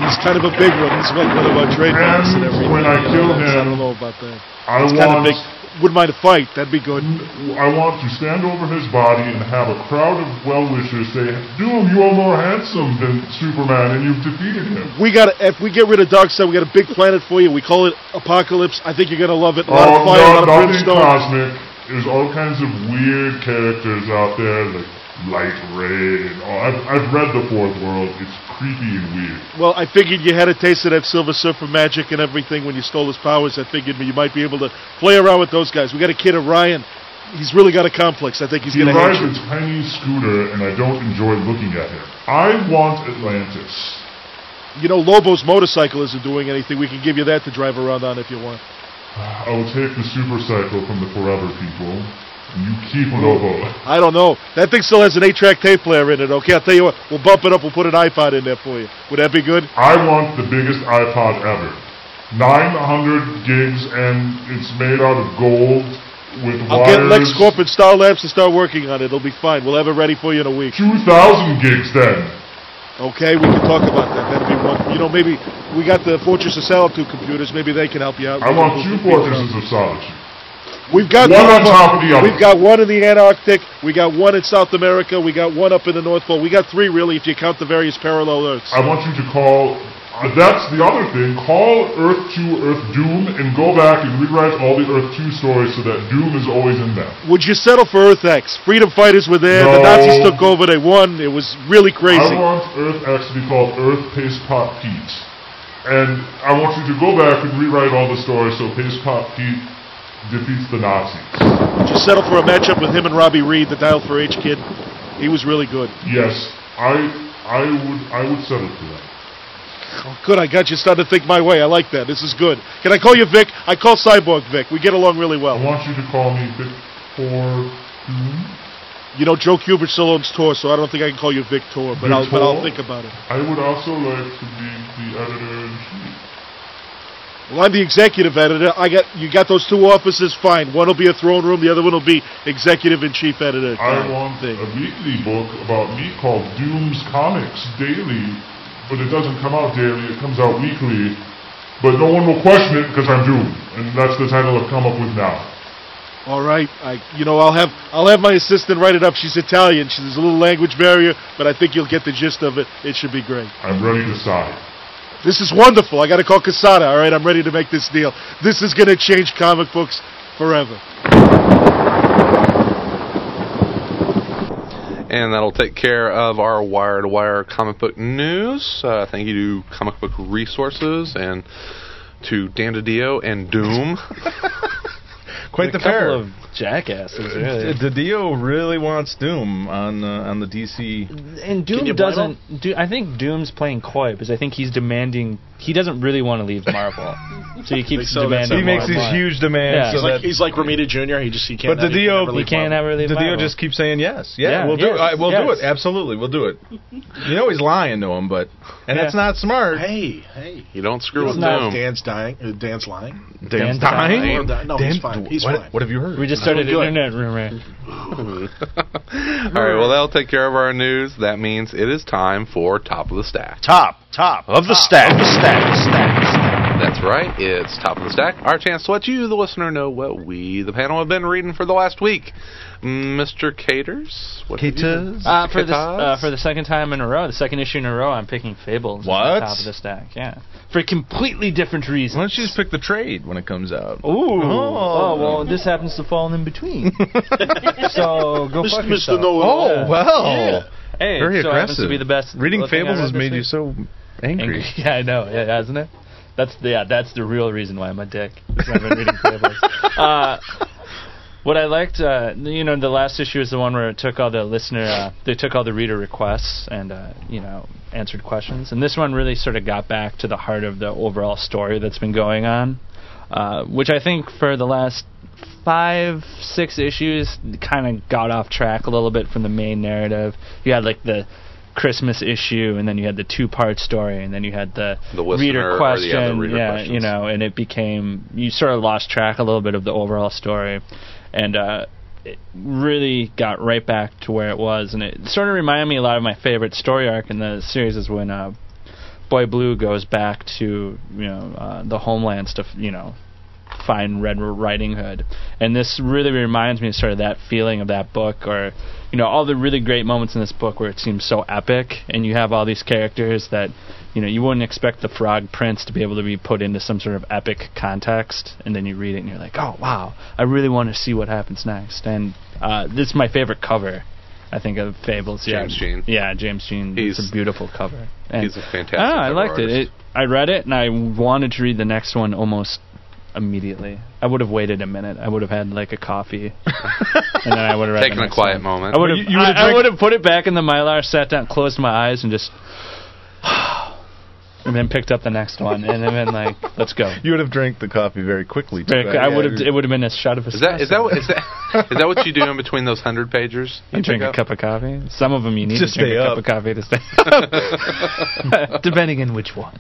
He's kind of a big one. He's like one of our trademarks and
And
everything.
when I
you know,
kill
that's- I
him,
don't know about that.
I
It's kind of
want
big. Wouldn't mind a fight. That'd be good.
I want to stand over his body and have a crowd of well-wishers say, "Doom, you are more handsome than Superman, and you've defeated him."
We got. to If we get rid of Darkseid, we got a big planet for you. We call it Apocalypse. I think you're gonna love it. A lot of
Oh,
fire, a lot
no,
of
nothing
brimstone.
cosmic. There's all kinds of weird characters out there, like Light Ray. And all. I've, I've read The Fourth World. It's creepy and weird.
Well, I figured you had a taste of that Silver Surfer magic and everything when you stole his powers. I figured you might be able to play around with those guys. We got a kid, Orion. He's really got a complex. I think he's
He
gonna hate
rides
you.
a tiny scooter, and I don't enjoy looking at him. I want Atlantis.
You know, Lobo's motorcycle isn't doing anything. We can give you that to drive around on if you want.
I will take the super cycle from the Forever People. You keep it over.
I don't know. That thing still has an eight-track tape player in it. Okay, I'll tell you what. We'll bump it up. We'll put an iPod in there for you. Would that be good?
I want the biggest iPod ever. 900 gigs and it's made out of gold with
I'll
wires.
get Lex Corp and Star Labs to start working on it. It'll be fine. We'll have it ready for you in a week.
2,000 gigs then.
Okay, we can talk about that. That'd be one. You know, maybe we got the Fortress of Solitude computers. Maybe they can help you out.
I want two
fortresses.
fortresses of solitude.
We've got
One
one
on top of the other.
We've got one in the Antarctic. We got one in South America. We got one up in the North Pole. We got three, really, if you count the various parallel Earths.
I want you to call. Uh, that's the other thing. Call Earth 2 Earth Doom and go back and rewrite all the Earth 2 stories so that Doom is always in them.
Would you settle for Earth X? Freedom fighters were there. The
No.
Nazis took over. They won. It was really
I
crazy.
want Earth X to be called Earth Paste Pot Pete. And I want you to go back and rewrite all the stories so Paste Pot Pete defeats the Nazis.
Would you settle for a matchup with him and Robbie Reed, the Dial for H kid? He was really good.
Yes, I I would I would settle for that.
Oh, good. I got you starting to think my way. I like that. This is good. Can I call you Vic? I call Cyborg Vic. We get along really
I
well.
want you to call me Vic for Doom.
You know, Joe Kubert still owns Tor, so I don't think I can call you Vic Tor, but, I'll, but I'll
Victor?
think about it.
I would also like to be the editor in chief.
Well, I'm the executive editor. I got you got those two offices. Fine. One will be a throne room. The other one will be executive and chief editor.
I
Fine.
want
Thing.
a weekly book about me called Doom's Comics Daily, but it doesn't come out daily, it comes out weekly. But no one will question it because I'm Doom, and that's the title I've come up with now.
All right, I, you know, I'll have I'll have my assistant write it up. She's Italian. She, there's a little language barrier, but I think you'll get the gist of it. It should be great.
I'm ready to sign.
This is wonderful. I got to call Casada. All right, I'm ready to make this deal. This is going to change comic books forever.
And that'll take care of our wire to wire comic book news. Uh, thank you to Comic Book Resources and to Dan DiDio and Doom.
Quite the
a couple
pair.
of jackasses, really.
D- Dio really wants Doom on uh, on the DC.
And
you
Doom
blame him?
doesn't. Do, I think Doom's playing coy because I think he's demanding. He doesn't really want to leave Marvel, so he keeps
so, that's
demanding.
it.
He makes
more
these
and more.
huge demands. So
Yeah. He's
He's like, he's
that
like Romita Jr. He just he can't.
But the
he can
DO
never
he
leave
He can't
Marvel.
ever leave
the Dio
Marvel.
just keeps saying yes, yeah,
Yeah,
we'll do it.
yes,
I, we'll do it.
yes.
Absolutely, we'll do it. You know he's lying to him, but and
Yeah.
that's not smart.
Hey, hey.
you don't screw with
not-
Doom.
Dan's dying. uh, Dan's lying.
Dan's
Dan's
dying.
dying. No, he's fine. He's
what,
fine.
what have you heard?
We just started an
That's what we do.
internet rumor.
All right, well, that'll take care of our news. That means it is time for Top of the Stack.
Top, top of the stack, stack, stack, stack.
That's right. It's Top of the Stack. Our chance to let you, the listener, know what we, the panel, have been reading for the last week. Mr. Caters? What have you been-
Uh, for the
Caters?
uh, for the second time in a row, the second issue in a row, I'm picking Fables. at the
What?
top of the stack, yeah. For completely different
Why
reasons.
don't you just pick the trade when it comes out?
Ooh. Oh. well, this happens to fall in between. so go fuck
Mr.
yourself.
No.
Oh
Yeah.
well,
Hey,
very
so happens
aggressive.
to be the best.
Reading
little thing I
Fables
read
has
this
made you
week.
so angry.
Angry. Yeah, I know. Yeah, hasn't it? That's the yeah. That's the real reason why I'm a dick. is I've been reading Fables. Uh, what I liked, uh, you know, the last issue is the one where it took all the listener, uh, they took all the reader requests and uh, you know answered questions. And this one really sort of got back to the heart of the overall story that's been going on, uh, which I think for the last five, six issues kind of got off track a little bit from the main narrative. You had like the Christmas issue, and then you had the two-part story, and then you had the,
The listener or
reader
the
question.
other reader
yeah,
questions.
you know, and it became you sort of lost track a little bit of the overall story, and uh, it really got right back to where it was, and it sort of reminded me a lot of my favorite story arc in the series is when uh, Boy Blue goes back to you know uh, the homelands to f- you know find Red Riding Hood, and this really reminds me of sort of that feeling of that book, or you know all the really great moments in this book where it seems so epic, and you have all these characters that you know you wouldn't expect the Frog Prince to be able to be put into some sort of epic context, and then you read it and you're like, oh wow, I really want to see what happens next, and uh, this is my favorite cover. I think of Fables.
James
yeah.
Jean.
Yeah, James Jean. it's
He's-
a beautiful cover. And
He's a fantastic
Ah, I
cover
liked it.
artist.
it. I read it and I wanted to read the next one almost immediately. I would have waited a minute. I would have had like a coffee, and then I would have read the
Taking a
next
quiet
one.
moment.
I would have.
You- you would've
I,
drank-
would have put it back in the mylar, sat down, closed my eyes, and just. And then picked up the next one, and then been like, "Let's go."
You would have drank the coffee very quickly. too,
Very
right?
quick. I
Yeah,
would have.
you're-
It would have been a shot of espresso.
Is that is that what- is that Is that what you do in between those hundred pagers?
You drink a cup of coffee. Some of them you need
Just
to drink
stay
a
up.
cup of coffee to stay up.
depending on which one.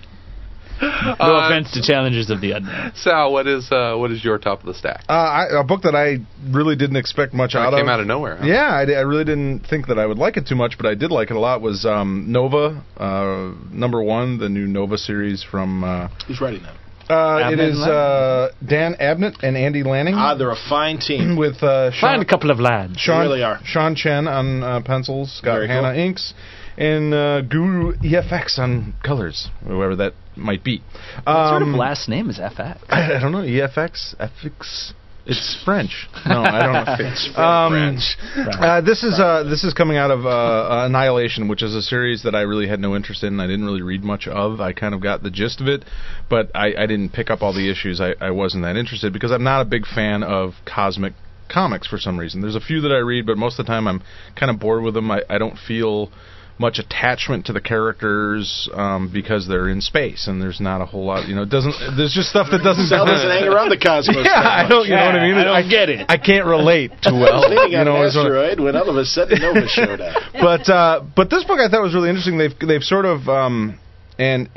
no
Uh,
offense to challengers of the unknown.
Sal, what is uh, what is your top of the stack?
Uh, I, a book that I really didn't expect much
Kinda
out
came
of.
out of nowhere. huh?
Yeah, I, di- I really didn't think that I would like it too much, but I did like it a lot. Was um, Nova uh, number one, the new Nova series from? Uh,
Who's writing that?
uh, it
Abnett
is
and
uh, Dan Abnett and Andy Lanning
Ah, they're a fine team.
with uh,
Find
Sean,
a couple of lads.
Sean,
really are.
Sean Chen on uh, pencils, Scott
Very cool.
Hanna inks, and uh, Guru EFX on colors, whoever that might be.
What sort of
Um,
last name is FX?
I, I don't know. E EFX, FX. It's French. No, I don't know. Um,
French.
Uh, this is uh, this is coming out of uh, uh, Annihilation, which is a series that I really had no interest in. and I didn't really read much of. I kind of got the gist of it, but I, I didn't pick up all the issues. I, I wasn't that interested because I'm not a big fan of cosmic comics for some reason. There's a few that I read, but most of the time I'm kind of bored with them. I, I don't feel much attachment to the characters um, because they're in space and there's not a whole lot. You know, it doesn't there's just stuff that doesn't.
Sal doesn't hang around the cosmos.
uh, Yeah, I don't. You know what I mean?
I don't get it.
I can't relate too well.
Leaning
you
on
know,
an
is what-
asteroid when all of a sudden Nova showed up.
but uh, but this book I thought was really interesting. They've they've sort of um, and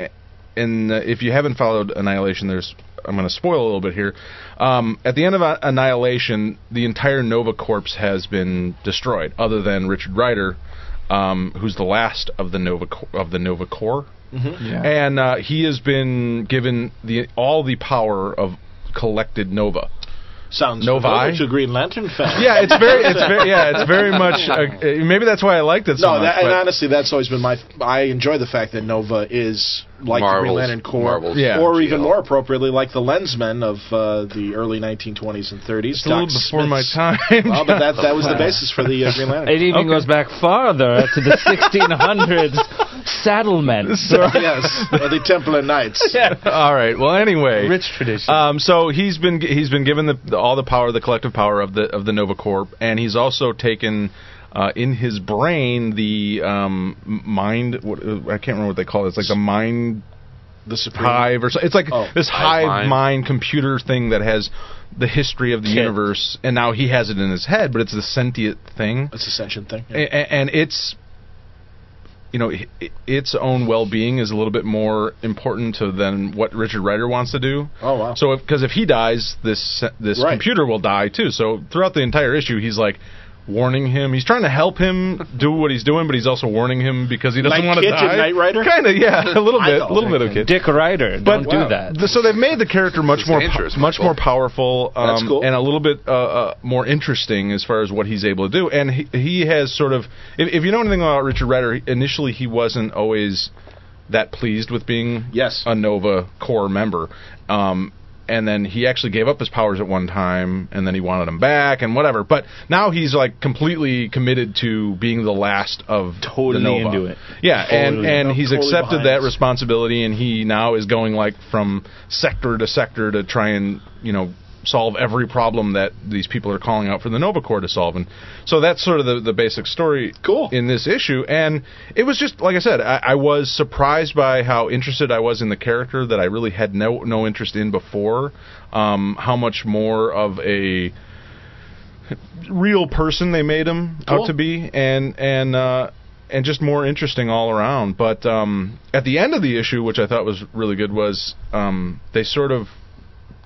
and uh, if you haven't followed Annihilation, there's I'm going to spoil a little bit here. Um, at the end of uh, Annihilation, the entire Nova Corps has been destroyed, other than Richard Ryder, um, who's the last of the Nova Co- of the Nova Corps, and uh, he has been given the all the power of collected Nova.
Sounds
Novi?
familiar to Green Lantern fans.
Yeah, it's very, it's very, yeah, it's very much. Uh, maybe that's why I liked it so
No,
much.
that, and
but-
honestly, that's always been my. I enjoy the fact that Nova is like the Green
Marvel's-
Lantern Corps,
Marvel's
Yeah.
or even
GL.
more appropriately, like the Lensmen of uh, the early 1920s and 30s.
It's a little
Doc
before my
Smith's-
time.
Well, but that that was the basis for the uh, Green Lantern.
It even goes back farther to the 1600s. Saddlemen.
yes, uh, the Templar Knights. Uh,
All right. Well, anyway,
Rich tradition.
Um, so he's been he's been given the, all the power, the collective power of the of the Nova Corp, and he's also taken. Uh, in his brain, the um, m- mind, what, uh, I can't remember what they call it. It's like the mind
The Supreme.
hive or so. It's like
Oh,
this
hive
hive
mind.
mind. computer thing that has the history of the universe, and now he has it in his head, but it's the sentient thing.
That's a sentient thing.
A- a- and it's you know i- i- its own well-being is a little bit more important to than what Richard Ryder wants to do.
Oh wow.
So because if, he dies, this this
Right.
computer will die too. So throughout the entire issue, he's like warning him. He's trying to help him do what he's doing, but he's also warning him because he doesn't
Like
want to
Kid in
die.
Knight Rider?
Kind of, yeah, a little bit, a little bit of kid.
Dick Ryder.
But
Don't do that.
the- so they've made the character much
It's
more
dangerous,
po- much
Michael.
more powerful um,
That's cool.
and a little bit uh, uh, more interesting as far as what he's able to do. And he, he has sort of, if, if you know anything about Richard Rider, he- initially he wasn't always that pleased with being
Yes.
a Nova core member. Um, and then he actually gave up his powers at one time, and then he wanted them back, and whatever. But now he's like completely committed to being the last of the
Totally
Nova.
into it.
Yeah, and
Totally.
and
I'm
he's
totally
accepted
behind
that
this.
responsibility, and he now is going like from sector to sector to try and you know solve every problem that these people are calling out for the Nova Corps to solve. And so that's sort of the, the basic story
Cool.
in this issue. And it was just like I said, I, I was surprised by how interested I was in the character that I really had no no interest in before. Um, how much more of a real person they made him
Cool.
out to be, and and uh, and just more interesting all around. But um, at the end of the issue, which I thought was really good, was um, they sort of.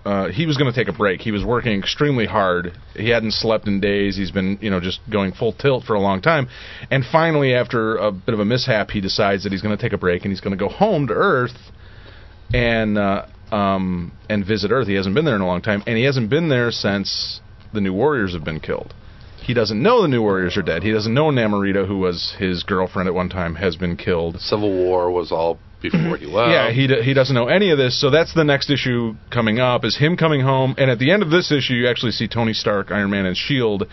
Uh, he was going to take a break. He was working extremely hard. He hadn't slept in days. He's been, you know, just going full tilt for a long time. And finally, after a bit of a mishap, he decides that he's going to take a break and he's going to go home to Earth and uh, um, and visit Earth. He hasn't been there in a long time, and he hasn't been there since the New Warriors have been killed. He doesn't know the New Warriors are dead. He doesn't know Namorita, who was his girlfriend at one time, has been killed.
Civil War was all before he left.
Yeah, he, d- he doesn't know any of this, so that's the next issue coming up is him coming home, and at the end of this issue, you actually see Tony Stark, Iron Man, and Shield E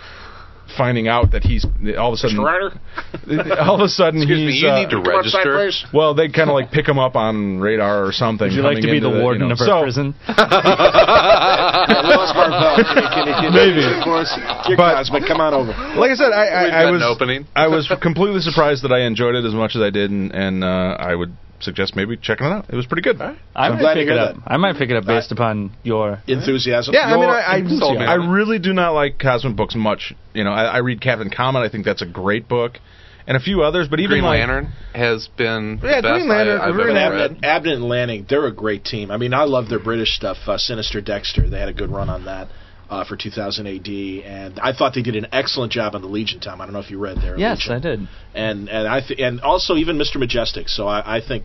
finding out that he's that all of a sudden all of a sudden
Excuse me,
he's
you
uh,
need to register.
well they kind of like pick him up on radar or something.
Would you like
coming
to be
into
the warden
you know.
of our
So,
prison?
I lost my belt. Can you- can you-
Maybe.
of course, Your
But-
cosmic, come on over.
like I said, I,
We've
I,
got
I
an
was
opening.
I was completely surprised that I enjoyed it as much as I did, and, and uh, I would suggest maybe checking it out. It was pretty good.
I
I'm
might
glad to
pick
hear
it up. I might pick it up based upon your.
Enthusiasm.
Yeah, I mean, I,
You're sold me
I, I
on it.
really do not like cosmic books much. You know, I, I read Captain Comet. I think that's a great book, and a few others. But even
Green
like,
Lantern has been the
Yeah,
best
Green Lantern-
I, have
Green
ever
Lantern-
read.
Abnett and Lanning, they're a great team. I mean, I love their British stuff. Uh, Sinister Dexter, they had a good run on that uh, for 2000 AD, and I thought they did an excellent job on the Legion. Tom, I don't know if you read their
Yes,
Legion.
I did.
and and I th- and also even Mr. Majestic. So I, I think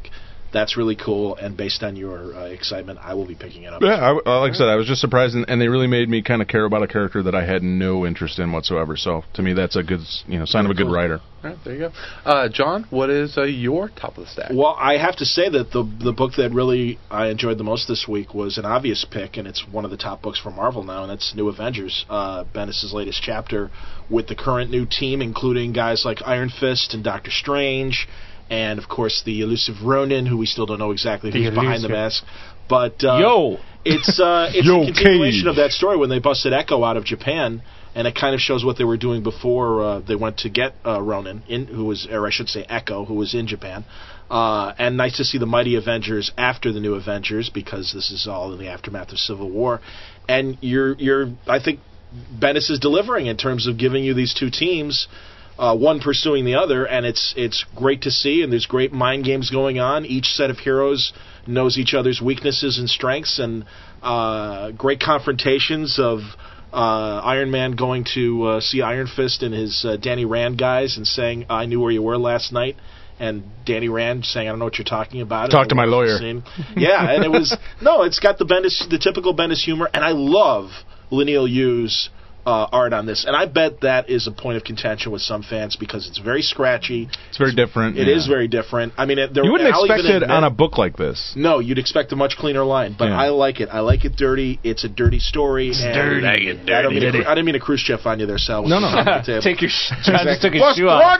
that's really cool. And based on your uh, excitement, I will be picking it up.
Yeah, I, uh, like I said, I was just surprised, and, and they really made me kind of care about a character that I had no interest in whatsoever. So to me, that's a good, s- you know, sign of a good writer.
All right, there you go. Uh, John, what is uh, your top of the stack?
Well, I have to say that the the book that really I enjoyed the most this week was an obvious pick, and it's one of the top books for Marvel now, and that's New Avengers, uh, Bendis' latest chapter with the current new team, including guys like Iron Fist and Doctor Strange, and of course the elusive Ronin, who we still don't know exactly who's behind the mask. But uh,
Yo.
it's uh, it's
Yo,
a continuation
Cage.
of that story when they busted Echo out of Japan, and it kind of shows what they were doing before uh, they went to get uh, Ronan, in, who was, or I should say, Echo, who was in Japan. Uh, and nice to see the Mighty Avengers after the New Avengers because this is all in the aftermath of Civil War. And you're you're I think Bendis is delivering in terms of giving you these two teams uh, one pursuing the other, and it's it's great to see. And there's great mind games going on. Each set of heroes knows each other's weaknesses and strengths, and uh, great confrontations of uh, Iron Man going to uh, see Iron Fist and his uh, Danny Rand guys and saying, "I knew where you were last night." And Danny Rand saying, "I don't know what you're talking about."
Talk
And
to my lawyer.
scene. Yeah, and it was no, it's got the Bendis, the typical Bendis humor, and I love Lineal Yu's uh, art on this, and I bet that is a point of contention with some fans because it's very scratchy.
It's very different.
It is
yeah.
very different. I mean, it- there,
You wouldn't
I'll
expect
even
it
admit-
on a book like this.
No, you'd expect a much cleaner line, but
Yeah.
I like it. I like it dirty. It's a dirty story. It's dirty. I, don't mean To, I didn't mean to Khrushchev on you there, Sal. with
No, no.
the thumb at the table.
Take your. Sh- John just took his shoe off.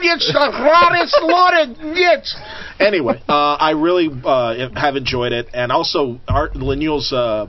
anyway, uh, I really uh, have enjoyed it, and also art Lanul's uh,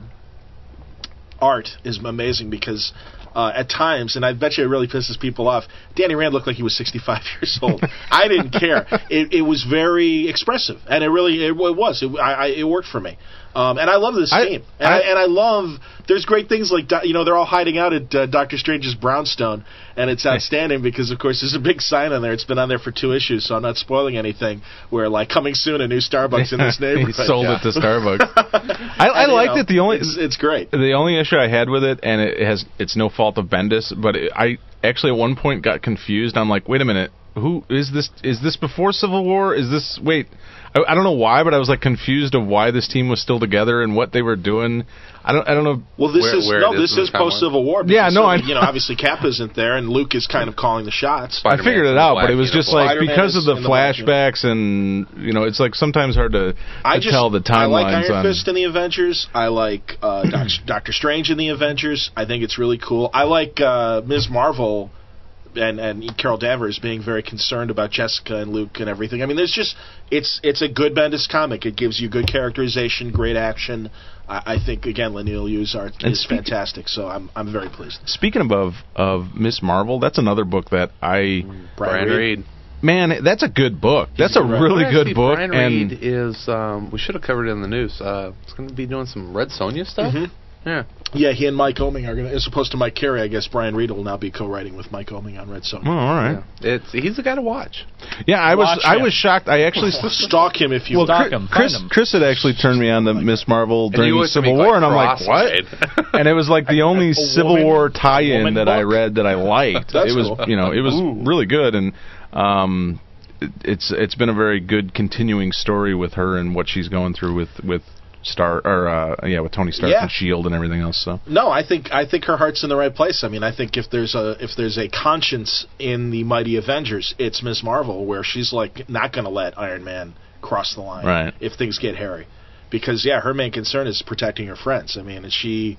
art is amazing because. Uh, at times, and I bet you it really pisses people off. Danny Rand looked like he was 65 years old. I didn't care. It, it was very expressive, and it really it, wa- was. It, I, I, it worked for me, um, and I love this
I-
team. And I,
I-
and I love. There's great things like Do- you know they're all hiding out at uh, Doctor Strange's brownstone, and it's outstanding because of course there's a big sign on there. It's been on there for two issues, so I'm not spoiling anything. Where like coming soon, a new Starbucks in this neighborhood.
he sold it to Starbucks. I, I
And, you
liked
know,
it. The only
it's, it's great.
the only issue I had with it, and it has it's no fault of Bendis, but it, I actually at one point got confused. I'm like, wait a minute, who is this? Is this before Civil War? Is this wait? I, I don't know why, but I was like confused of why this team was still together and what they were doing. I don't I don't know.
Well, this
where-
is
where
no,
it is
this
in the
is post Civil War.
Yeah,
because,
no, I-
you know obviously Cap isn't there, and Luke is kind of calling the shots.
I
Spider-Man's
figured
in
it
the
out,
black
but it was just
uniform.
like
Spider-Man
because
is
of the
in the black
flashbacks and you know, it's like sometimes hard to,
I
to
just
tell the timelines
I like Iron
on.
Fist in the Avengers. I like uh, Doc, Doctor Strange in the Avengers. I think it's really cool. I like uh, Ms. Marvel and and Carol Danvers being very concerned about Jessica and Luke and everything. I mean, there's just it's it's a good Bendis comic. It gives you good characterization, great action. I, I think again, Lineal Yu's art
And
is
speak-
fantastic. So I'm I'm very pleased.
Speaking of of Miss Marvel, that's another book that I
Brian Reed.
man, that's a good book. That's a really
Actually,
good book,
Brian
and
Reed is. Um, we should have covered it in the news. Uh, it's going to be doing some Red Sonja stuff.
Mm-hmm.
Mhm.
Yeah.
Yeah, he and Mike Oming are going to, as opposed to Mike Carey, I guess Brian Reed will now be co-writing with Mike Oming on Red Sonja.
Oh, all right.
yeah. It's he's the guy to watch.
Yeah, I was
Watch
I
him.
was shocked. I actually
Stalk him if you
well,
want.
Chris,
Stalk him,
Chris,
find him.
Chris had actually turned me on to Miss Marvel
you
during
looked at
Civil
me
War,
like
and I'm like, what?
cross-eyed.
and it was like the only Civil
woman-
War
a
tie-in
woman
that I
book?
read that I liked.
That's
it was
cool.
you know it was really good, and um, it- it's it's been a very good continuing story with her and what she's going through with with Star or uh, yeah with Tony Stark
Yeah.
and Shield E and everything else. So
No, I think I think her heart's in the right place. I mean, I think if there's a if there's a conscience in the Mighty Avengers, it's Ms. Marvel, where she's like not going to let Iron Man cross the line
Right.
if things get hairy, because yeah, her main concern is protecting her friends. I mean, and she,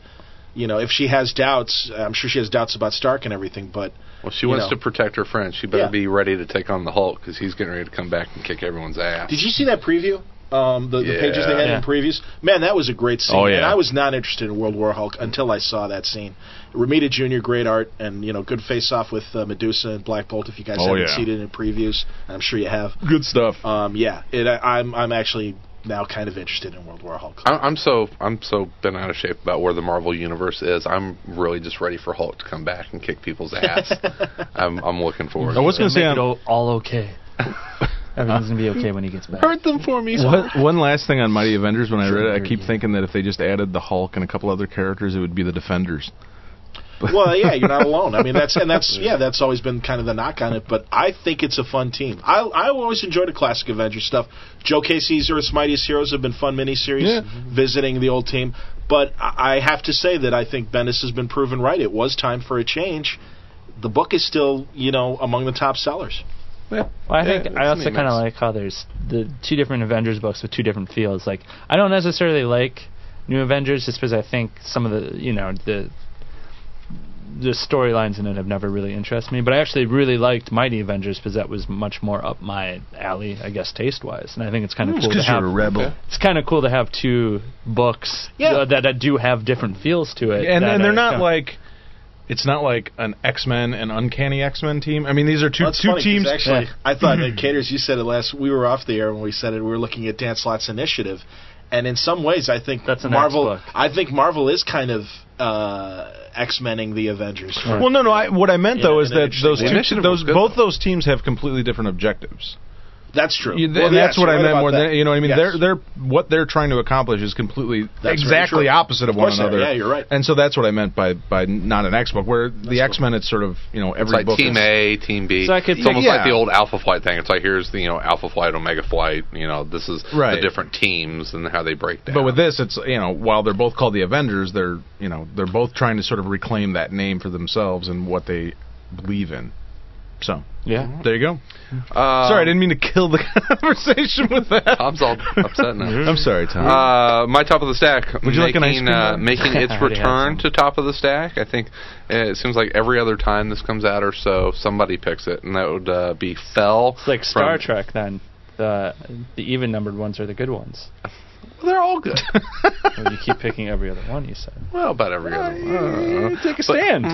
you know, if she has doubts, I'm sure she has doubts about Stark and everything, but
Well, she wants to
know.
protect her friends. She better
Yeah.
be ready to take on the Hulk because he's getting ready to come back and kick everyone's ass.
Did you see that preview? um, the, the pages they had
Yeah.
in previews. Man, that was a great scene.
Oh,
And
yeah.
I was not interested in World War Hulk until I saw that scene. Ramita Jr., great art, and you know, good face off with uh, Medusa and Black Bolt. If you guys
Oh,
haven't
yeah.
seen it in previews, and I'm sure you have.
Good stuff.
Um, yeah, it, I, I'm I'm actually now kind of interested in World War Hulk.
I- I'm so I'm so been out of shape about where the Marvel universe is. I'm really just ready for Hulk to come back and kick people's ass. I'm I'm looking forward.
I was
to
going
it.
to say, um,
Make it
on,
all, all okay. Everything's gonna be okay when he gets back.
hurt them for me.
one, one last thing on Mighty Avengers. When I read it, I
Sure,
keep
yeah.
thinking that if they just added the Hulk and a couple other characters, it would be the Defenders.
well, yeah, you're not alone. I mean, that's and that's yeah, that's always been kind of the knock on it. But I think it's a fun team. I I always enjoyed the classic Avengers stuff. Joe Casey's Earth's Mightiest Heroes have been fun miniseries
Yeah.
visiting the old team. But I I have to say that I think Bendis has been proven right. It was time for a change. The book is still, you know, among the top sellers.
Well, I
Yeah,
think
it's
I also
neat
kind
mix.
of like how there's the two different Avengers books with two different feels. Like I don't necessarily like New Avengers just because I think some of the you know the the storylines in it have never really interested me. But I actually really liked Mighty Avengers because that was much more up my alley, I guess, taste wise. And I think it's
Mm,
kind of cool to have.
rebel.
It's kind of cool to have two books
Yeah.
uh, that, that do have different feels to it.
And,
that
and they're
are
not
kinda-
like. It's not like an X Men and Uncanny X Men team. I mean, these are two
Well, it's
two
funny 'cause
teams.
Actually, I thought that Caters, you said it last. We were off the air when we said it. We were looking at Dan Slott's initiative, and in some ways, I think
That's an
Marvel.
X book.
I think Marvel is kind of uh, X mening the Avengers.
Well, no, no. I, what I meant though
Yeah,
is
and
that
interesting.
those
The
two,
initiative was
those
good,
both those teams have completely different objectives.
That's true.
You-
Well,
and
yes,
that's what
you're
I
right
meant
about
more
that.
than you know what I mean.
Yes.
They're they're what they're trying to accomplish is completely
That's very
exactly
true.
opposite of,
Of
one
course they are.
another.
Yeah, you're right.
And so that's what I meant by by not an X book. Where the X Men, it's sort of you know
It's
every
like
book.
Team
is,
A, Team B.
So I could
it's almost
yeah.
like the old Alpha Flight thing. It's like here's the you know Alpha Flight, Omega Flight. You know this is
Right.
the different teams and how they break down.
But with this, it's you know while they're both called the Avengers, they're you know they're both trying to sort of reclaim that name for themselves and what they believe in. So
yeah.
there you go.
um,
Sorry, I didn't mean to kill the conversation with that.
Tom's all upset now.
I'm sorry, Tom.
Uh, my top of the stack.
Would you like
making,
an ice cream
uh,
man?
making its
I already have
return
some.
to top of the stack. I think uh, it seems like every other time this comes out or so, somebody picks it, and that would uh, be Fell.
It's like Star
from-
Trek then. The the even numbered ones are the good ones.
They're all good.
Well, you keep picking every other one, you said.
well, about every other
Uh-huh.
one.
Take a stand.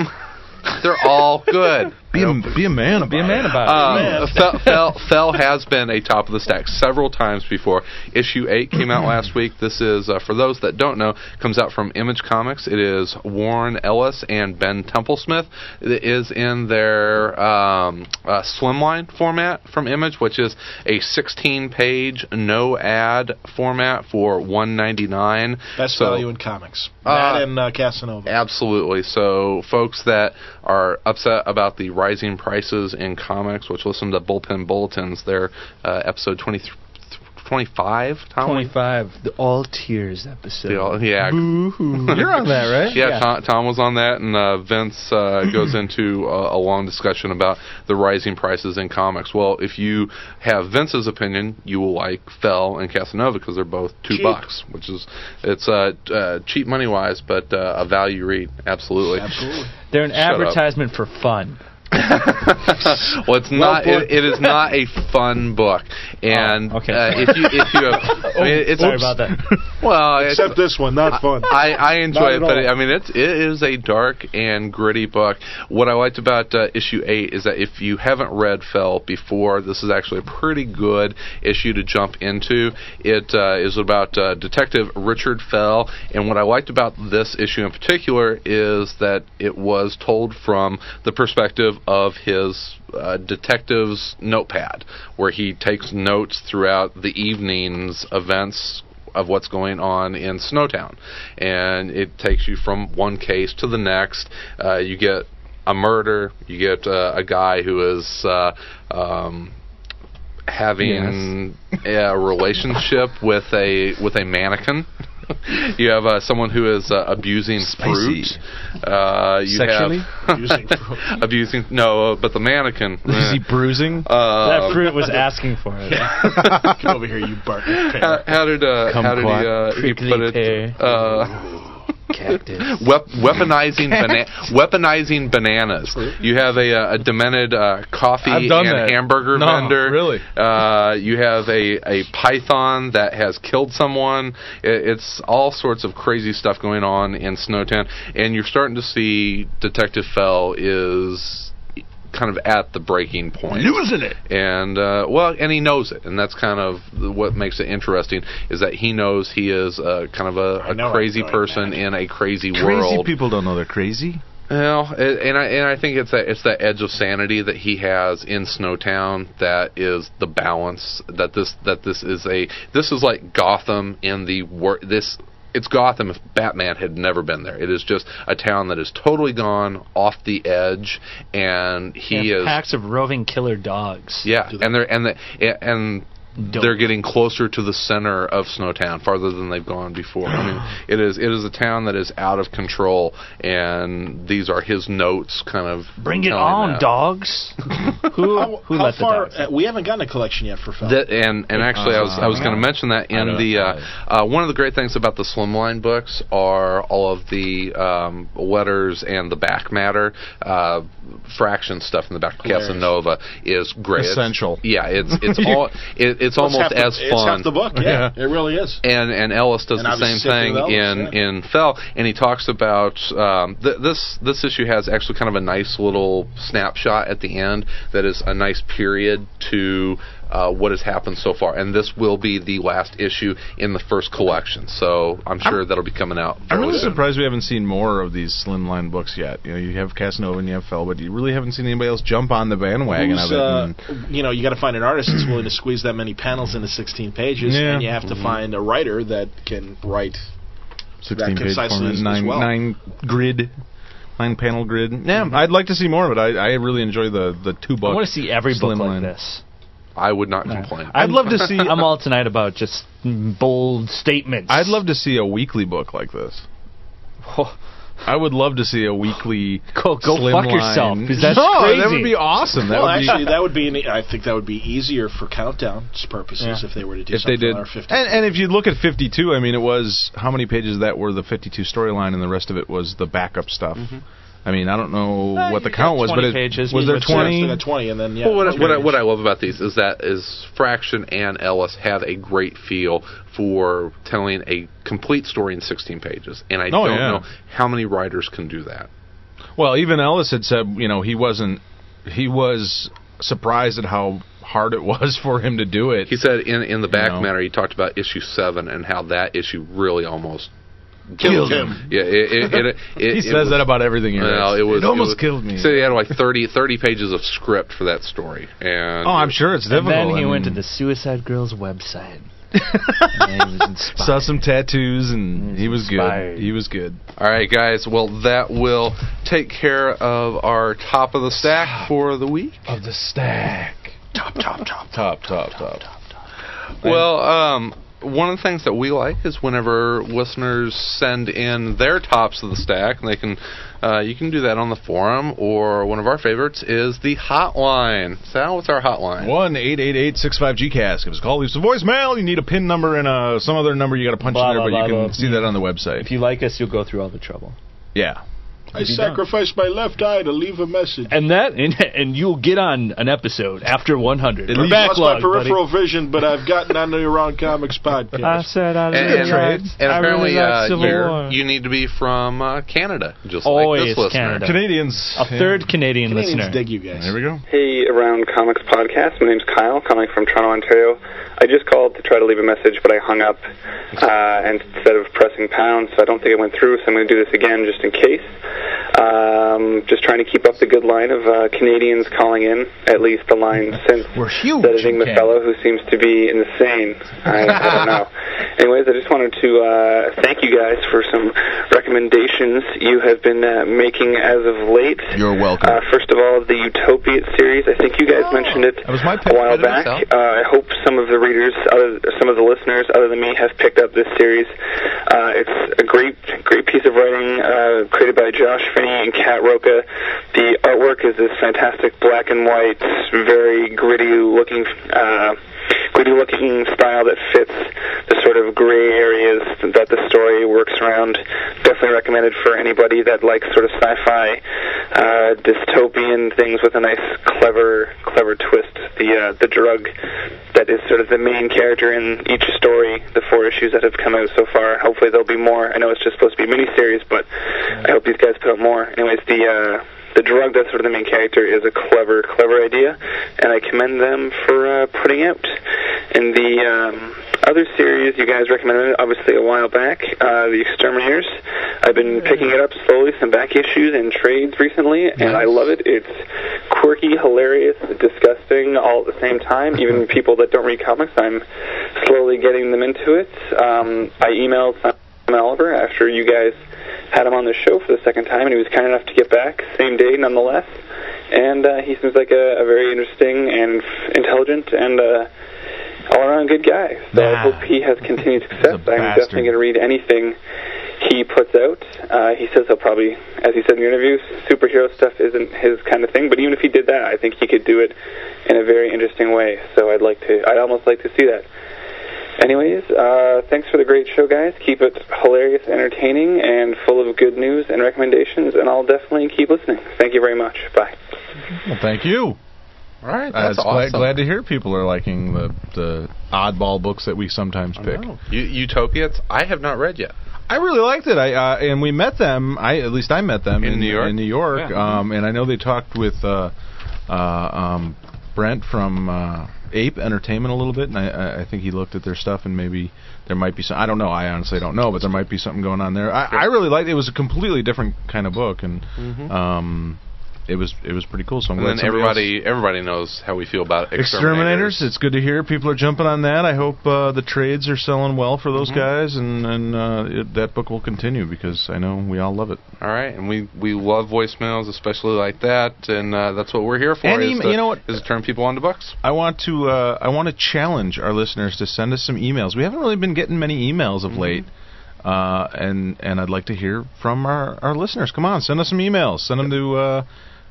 They're all good.
be, a, be a man. Be a man about
Uh,
Um, Fel, Fel, Fel has been a top of the stack several times before. Issue 8 came out last week. This is, uh, for those that don't know, comes out from Image Comics. It is Warren Ellis and Ben Templesmith. It is in their um, uh, slimline format from Image, which is a 16 page, no ad format for 199
Best
So-
value in comics.
Uh,
that and uh, Casanova.
Absolutely. So, folks that are upset about the rising prices in comics, which listen to Bullpen Bulletins, their uh, episode 23, 25, Tom?
Twenty-five, the all tears episode.
Yeah, yeah,
it. You're on that, right?
yeah, Tom, Tom was on that, and uh, Vince uh, goes into uh, a long discussion about the rising prices in comics. Well, if you have Vince's opinion, you will like Fell and Casanova because they're both two
Cheap.
bucks, which is it's uh, t- uh, cheap money wise, but uh, a value read, absolutely.
Absolutely.
They're an
up.
advertisement for fun.
well, it's not. It, it is not a fun book, and
Oh, okay. Oh,
uh, if you if you have, I mean, it's,
Sorry about that.
Well, it's,
Except this one, not fun.
I, I
Not
enjoy
at
it, but
all.
I mean, it's, it is a dark and gritty book. What I liked about uh, issue 8 is that if you haven't read Fell before, this is actually a pretty good issue to jump into. It uh, is about uh, Detective Richard Fell, and what I liked about this issue in particular is that it was told from the perspective of his uh, detective's notepad, where he takes notes throughout the evening's events of what's going on in Snowtown, and it takes you from one case to the next. Uh, you get a murder. You get uh, a guy who is uh, um, having a relationship with a with a mannequin. you have uh, someone who is uh, abusing fruit. Uh, you
Sexually?
Have abusing no, uh, but the mannequin.
Is he
eh.
bruising?
Uh,
Um,
that fruit was asking for it.
Get over here, you barking.
how, how did uh, how did he,
Kumquat.
uh, he
Prickly
put it?
pear.
Uh,
Cactus.
Wep- weaponizing bana- weaponizing bananas. You have a, uh, a demented uh, coffee
I've
and
done that.
hamburger
No,
vendor.
really.
Uh, you have a, a python that has killed someone. I it's all sorts of crazy stuff going on in Snowtown, and you're starting to see Detective Fell is kind of at the breaking point
Losing it.
and uh, well, and he knows it, and that's kind of what makes it interesting is that he knows he is uh, kind of a, a
know I'm
crazy
going
person in a crazy,
Crazy
world.
people don't know they're crazy.
Well, and and I and I think it's that it's that edge of sanity that he has in Snowtown that is the balance that this that this is a this is like Gotham in the wor- this it's Gotham if Batman had never been there. It is just a town that is totally gone off the edge, and he
and
is
packs of roving killer dogs.
yeah, and they're and the yeah, and
Dope.
they're getting closer to the center of Snowtown, farther than they've gone before. I mean, it is it is a town that is out of control, and these are his notes, kind of
Bring it
Oh,
telling
on,
that.
dogs. who
How,
who
how
let
far?
the dogs?
uh,
out?
we haven't gotten a collection yet for Fell.
That, and and actually, I was I was going to mention that
I
in
don't
the
know.
uh, uh, one of the great things about the slimline books are all of the um, letters and the back matter uh, fraction stuff in the back. Casanova is great.
Essential.
yeah, it's it's all it, it's almost
half the-
as
It's
fun.
half the book. Yeah, it really is.
and and Ellis does
And
the
I was
same
sick of
thing
Ellis,
in
yeah.
in Fell, and he talks about um, th- this this issue has actually kind of a nice little snapshot at the end that is a nice period to uh, what has happened so far, and this will be the last issue in the first collection, so I'm sure that'll be coming out.
I'm really
fairly soon.
surprised we haven't seen more of these slimline books yet. You know, you have Casanova and you have Fell, but you really haven't seen anybody else jump on the bandwagon of
Who's,
it.
uh,
and-
you know, you got to find an artist that's willing to squeeze that many panels into 16 pages,
Yeah. Mm-hmm.
and you have to find a writer that can write.
16 page
concisely
format,
as- as
nine,
well. Mm-hmm.
nine grid, nine panel grid. Yeah, I'd like to see more of it. I, I really enjoy the the two
I
book.
want to see every book like
Slimline.
this.
I would not complain.
I'd love to see.
I'm all tonight about just bold statements.
I'd love to see a weekly book like this. I would love to see a weekly.
Go- go
slimline-
fuck yourself, 'cause that's
no, that
crazy.
would be awesome. That
well,
would be-
actually, that would be. An, I think that would be easier for countdown's purposes if they were to do
if they
something
did.
on our
And,
50.
and if you look at 52, I mean, it was how many pages of that were the 52 storyline, and the rest of it was the backup stuff.
Mm-hmm.
I mean, I don't know
Uh,
what the
you
count
got
was, but
20
it,
pages,
was
you
there
would say.
Yeah,
20?
so that 20, and then yeah.
Well, what, I,
okay.
what, I, what I love about these is that is Fraction and Ellis have a great feel for telling a complete story in 16 pages, and I
Oh,
don't
yeah.
know how many writers can do that.
Well, even Ellis had said, you know, he wasn't. He was surprised at how hard it was for him to do it.
He said in in the back
know.
matter, he talked about issue seven and how that issue really almost
Killed him.
Yeah, it, it, it, it,
He
it
says
was-
that about everything. He
Well,
writes.
it was
It almost
was-
killed me.
So he had like 30, 30 pages of script for that story, and
oh, I'm sure it's
And
difficult.
then he
I
went to
mean,
the Suicide Girls website. and he was inspired.
saw some tattoos, and
He's
he was good.
inspired.
He was good.
All right, guys. Well, that will take care of our top of the stack for the week.
Of the stack. Top, top, top, top, top, top.
Well, um, one of the things that we like is whenever listeners send in their tops of the stack, and they can, uh, you can do that on the forum, or one of our favorites is the hotline. Sal, what's our hotline?
One eight eight eight six five GCast. Give us a call. Leave us a voicemail. You need a pin number and uh, some other number you got to punch
Blah,
in there,
blah,
but you
blah,
can
blah.
see that on the website.
If you like us, you'll go through all the trouble.
yeah.
I sacrificed my left eye to leave a message.
And that, and, and you'll get on an episode after 100.
At
We're
least-
I lost my
backlogged, buddy.
peripheral vision, but I've gotten on the Around Comics podcast.
said I
And, and,
Right.
and apparently, uh,
War.
you're- you need to be from uh, Canada, just like
Always
this listener.
Canada.
Canadians.
A third Canadian
Canadians
listener.
dig you guys.
There we go.
Hey, Around Comics Podcast. My name's Kyle, coming from Toronto, Ontario. I just called to try to leave a message, but I hung up uh, instead of pressing pound, so I don't think it went through, so I'm going to do this again just in case. Um, just trying to keep up the good line of uh, Canadians calling in, at least the line since
We're huge
that Enigma
in Canada.
fellow who seems to be insane. I, I don't know. Anyways, I just wanted to uh, thank you guys for some recommendations you have been uh, making as of late.
You're welcome.
Uh, first of all, the Utopia series. I think you guys mentioned it
That was my pick.
a while
Edit us
back.
out.
Uh, I hope some of the readers, other, some of the listeners, other than me, have picked up this series. Uh, it's a great, great piece of writing uh, created by Josh Finney and Kat Roca. The artwork is this fantastic black and white, very gritty-looking uh, gritty looking style that fits the sort of gray areas that the story works around. Definitely recommended for anybody that likes sort of sci fi uh, dystopian things with a nice clever clever twist. The uh, the drug that is sort of the main character in each story, the four issues that have come out so far. Hopefully there'll be more. I know it's just supposed to be a miniseries, but I hope these guys put out more. Anyways, the uh, the drug that's sort of the main character is a clever, clever idea, and I commend them for uh, putting out. And the um, other series you guys recommended, obviously a while back, uh, The Exterminators. I've been picking it up slowly, some back issues and trades recently, and I love it. It's quirky, hilarious, disgusting, all at the same time. Even people that don't read comics, I'm slowly getting them into it. Um, I emailed. Some Tim Oliver after you guys had him on the show for the second time, and he was kind enough to get back, same day nonetheless. And uh, he seems like a, a very interesting and f- intelligent and uh, all around good guy. So I hope he has continued success. I'm definitely going to read anything he puts out. Uh, he says he'll probably, as he said in the interview, superhero stuff isn't his kind of thing. But even if he did that, I think he could do it in a very interesting way. So I'd like to, I'd almost like to see that. Anyways, uh, thanks for the great show, guys. Keep it hilarious, entertaining, and full of good news and recommendations, and I'll definitely keep listening. Thank you very much. Bye.
Well, thank you.
All right,
I
that's
was glad,
awesome.
glad to hear people are liking the, the oddball books that we sometimes pick.
U- Utopia, it's, I have not read yet.
I really liked it. I uh, and we met them. I at least I met them
In New York?
In New York,
Yeah.
um, and I know they talked with uh, uh, um, Brent from uh, Ape Entertainment a little bit, and I- I, I think he looked at their stuff and maybe there might be some. I don't know. I honestly don't know, but there might be something going on there. I, I really liked. It was a completely different kind of book, and um, it was it was pretty cool. So I'm
And
glad
then
somebody else-
everybody everybody knows how we feel about
Exterminators.
exterminators.
It's good to hear people are jumping on that. I hope uh, the trades are selling well for
Mm-hmm.
those guys, and and uh, it, that book will continue because I know we all love it.
All right, and we we love voicemails, especially like that, and uh, that's what we're here for.
And
is
em-
to,
you know what?
is to turn people onto bucks.
I want to uh, I want to challenge our listeners to send us some emails. We haven't really been getting many emails
Mm-hmm.
of late. Uh, and and I'd like to hear from our, our listeners. Come on, send us some emails. Send them to uh,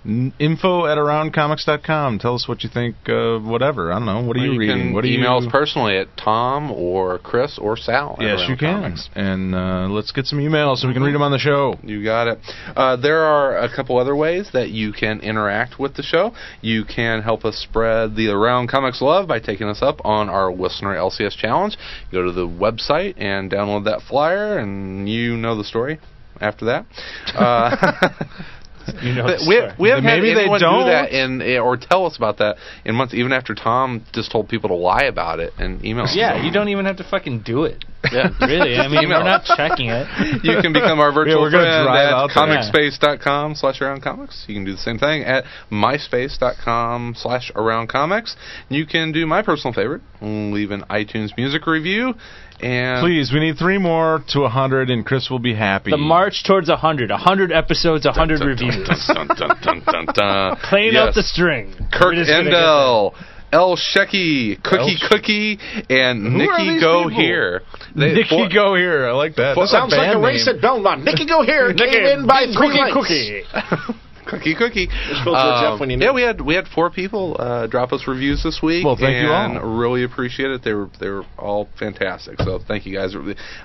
n- info at aroundcomics.com. Tell us what you think. Uh, whatever. I don't know. What are you,
you
reading?
Can
What are you?
email us personally at Tom or Chris or Sal. at Mm-hmm.
yes, you
Around
can.
Comics.
And uh, let's get some emails so we can read them on the show.
You got it. Uh, there are a couple other ways that you can interact with the show. You can help us spread the Around Comics love by taking us up on our listener LCS challenge. Go to the website and download that flyer, and you know the story after that. Uh,
You know,
we, we haven't
Maybe
had
they
anyone
don't.
do that in, or tell us about that in months, even after Tom just told people to lie about it and email us.
yeah, you don't even have to fucking do it.
Yeah.
Really, I mean, we're not checking it.
you can become our virtual
Yeah, we're gonna
friend
drive
at
out
there.
comicspace.com slash around comics. You can do the same thing at myspace.com slash around comics. You can do my personal favorite, leave an iTunes music review. And
Please, we need three more to a 100, and Chris will be happy.
The march towards 100. 100 episodes, 100 reviews.
Dun, dun, dun, dun, dun.
Playing out
Yes.
the string.
Kirk uh,
We're just gonna get
Endel. El Shecky, Cookie Cookie, and Nikki
these
Go
people?
Here. They-
Nikki,
four-
go here. I like that. That's
Sounds
a
like
band
a race
name.
at Belmont. Nicky go here.
there.
Came in by three
cookie,
lengths.
cookie.
Cookie Cookie. Um,
spelled George F. when you knew
yeah,
it.
we had we had four people uh, drop us reviews this week.
Well, thank you
and
all.
Really appreciate it. They were they were all fantastic. So thank you guys.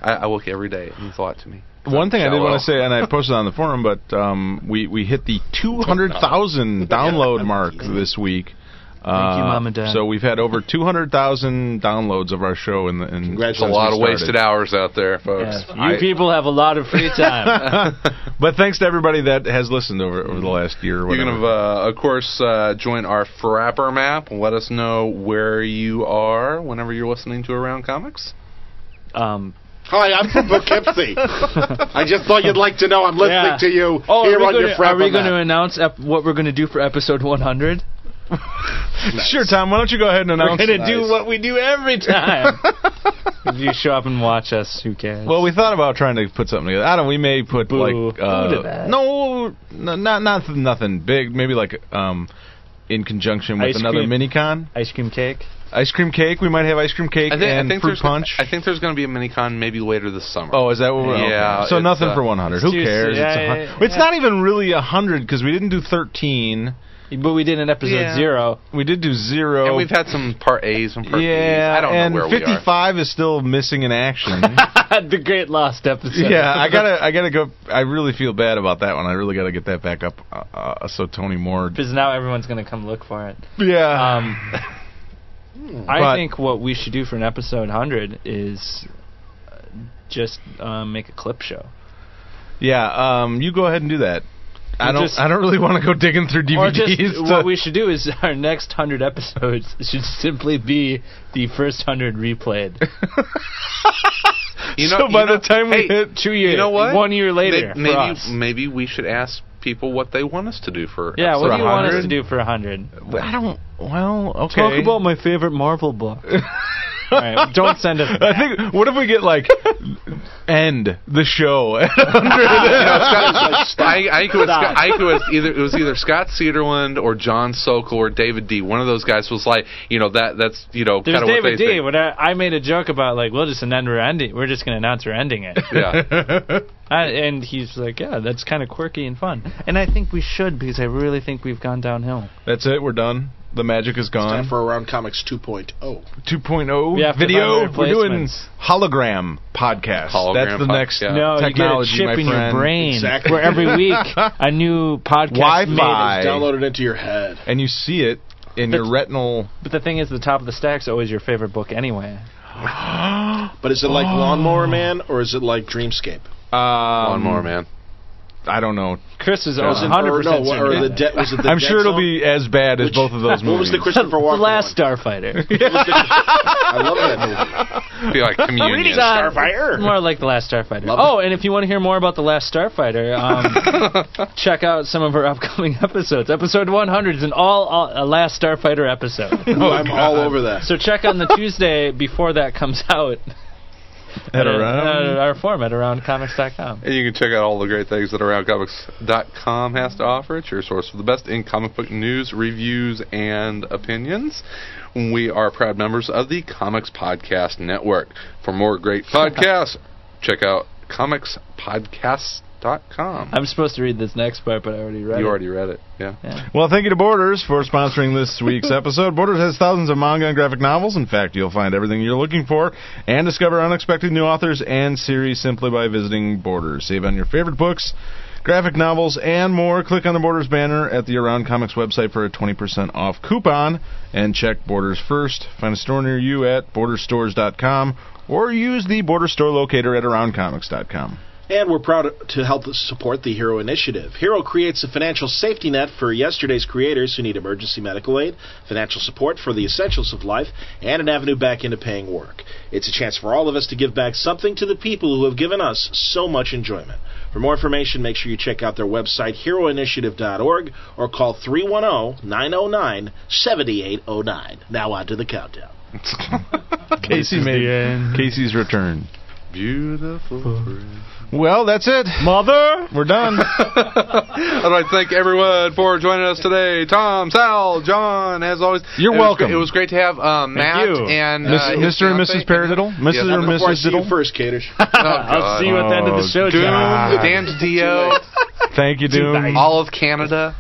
I, I look every day and thought to me.
One thing I did
Shallow.
want to say, and I posted on the forum, but um, we we hit the 200,000 download mark this week. Uh,
you, Mom and Dad.
So we've had over 200,000 downloads of our show, in the in
There's a lot of wasted hours out there, folks.
Yes. You people have a lot of free time.
But thanks to everybody that has listened over over the last year. Or
You
whatever.
can, uh, of course, uh, join our Frapper map. Let us know where you are whenever you're listening to Around Comics.
um,
Hi, I'm from Poughkeepsie. I just thought you'd like to know I'm listening
Yeah.
to you
oh,
here
are we
on
gonna,
your
are
Frapper
we gonna
Map.
announce ep- what we're going to do for episode 100?
sure, Tom. Why don't you go ahead and
We're
announce?
going to
it?
do what we do every time. if you show up and watch us, who cares?
Well, we thought about trying to put something together. I don't. We may put
Boo.
like uh,
Boo to that.
no, n- not not nothing big. Maybe like um, in conjunction with
Ice
another
cream.
mini con,
ice cream cake.
ice cream cake. We might have ice cream cake
I think,
and
I think
fruit
there's
punch.
I think there's going to be a mini con maybe later this summer.
Oh, is that what we're
Yeah,
okay. So
it's,
nothing
uh,
for 100. Who
it's juicy.
cares?
Yeah,
it's, a
yeah,
hun-
yeah,
It's
yeah.
not even really 100 because we didn't do 13.
But we did an episode
Yeah.
zero.
We did do zero.
And we've had some part A's and part
yeah,
B's. I don't
and
know where we are.
55 is still missing in action.
the great lost episode.
yeah, I gotta, I gotta go. I really feel bad about that one. I really gotta get that back up. Uh, uh, so Tony Moore.
Because now everyone's going to come look for it.
Yeah.
Um, I
Uh, But-
think what we should do for an episode 100 is uh, just uh, make a clip show.
Yeah, um, you go ahead and do that. I
Or
don't.
just-
I don't really want to go digging through DVDs.
Or just
to-
what we should do is our next 100 episodes should simply be the first 100 replayed.
You know,
so by
you know,
the time we
hey,
hit two years,
you know what?
One year later.
May- maybe,
for us.
maybe we should ask people what they want us to do for.
Yeah,
episode
what do you want us to
100?
do for 100?
I don't. Well, okay.
my favorite Marvel book. All right, don't send us.
I think. What if we get like end the show? at 100?
You know, Scott, I, I think it was, Scott- I think it was either it was either Scott Cedarland or John Sokol or David D. One of those guys was like, you know, that that's you know
There's
kind of what they
David D.
think.
When I, I made a joke about like we'll just end we're ending. We're just gonna announce we're ending it.
Yeah.
I, and he's like, yeah, that's kind of quirky and fun. And I think we should because I really think we've gone downhill.
That's it. We're done. The magic is
Time
gone.
for Around Comics oh. 2.0.
2.0
We have to
video.
find
We're doing
replacements.
hologram podcast.
Hologram
That's the
pod-
next
yeah.
no,
technology,
you get a
my
chip in your
friend.
brain
Exactly.
where every week a new podcast.
Wi-Fi.
made
I-
It's downloaded into your head.
and you see it in your
That's-
retinal.
is- But the thing is, the top of the stack's always your favorite book anyway.
But is it
Oh.
like Lawnmower Man or is it like Dreamscape?
Um,
One more man.
I don't know.
Chris is
Was it-
100
or
percent
no, or the de- was it the
I'm
Dead
sure it'll
Zone?
be as bad as
Which-
both of those
What
movies.
was the Christopher
the
Walken
last Oh,
one?
Starfighter.
I love that movie.
Be like communion.
Uh, More like the Last Starfighter. oh, and if you want to hear more about the Last Starfighter, um, check out some of our upcoming episodes. Episode 100 is an all, all a Last Starfighter episode.
Oh,
I'm
God.
all over that.
so check on the Tuesday before that comes out
Head
uh,
around.
uh, our form at aroundcomics.com.
And you can check out all the great things that AroundComics.com has to offer. It's your source for the best in comic book news, reviews, and opinions. We are proud members of the Comics Podcast Network. For more great podcasts, check out comicspodcasts.com.
I'm supposed to read this next part, but I already read
You
it.
already read it, yeah.
Well, thank you to Borders for sponsoring this week's episode. Borders has thousands of manga and graphic novels. In fact, you'll find everything you're looking for and discover unexpected new authors and series simply by visiting Borders. Save on your favorite books, graphic novels, and more. Click on the Borders banner at the Around Comics website for a 20% off coupon and check Borders first. Find a store near you at borderstores.com or use the Border Store locator at aroundcomics.com.
And we're proud to help support the HERO initiative. HERO creates a financial safety net for yesterday's creators who need emergency medical aid, financial support for the essentials of life, and an avenue back into paying work. It's a chance for all of us to give back something to the people who have given us so much enjoyment. For more information, make sure you check out their website, heroinitiative.org, or call 310 909 7809. Now on to the countdown.
Casey made Casey's return.
Beautiful.
Well, that's it.
Mother?
We're done.
I'd like to thank everyone for joining us today. Tom, Sal, John, as always.
You're
It was
welcome.
great- It was great to have uh, Matt
you.
and uh,
Miss,
his
Mr. and Mrs.
fiance.
Paradiddle? Mrs.
Yeah,
or
that's
Before I see
Mrs.
you
Diddle?
first, Caters.
Oh, God.
I'll see you at the end of the show,
Doom,
John.
Dan Dio,
Thank you, Doom. All,
all of Canada.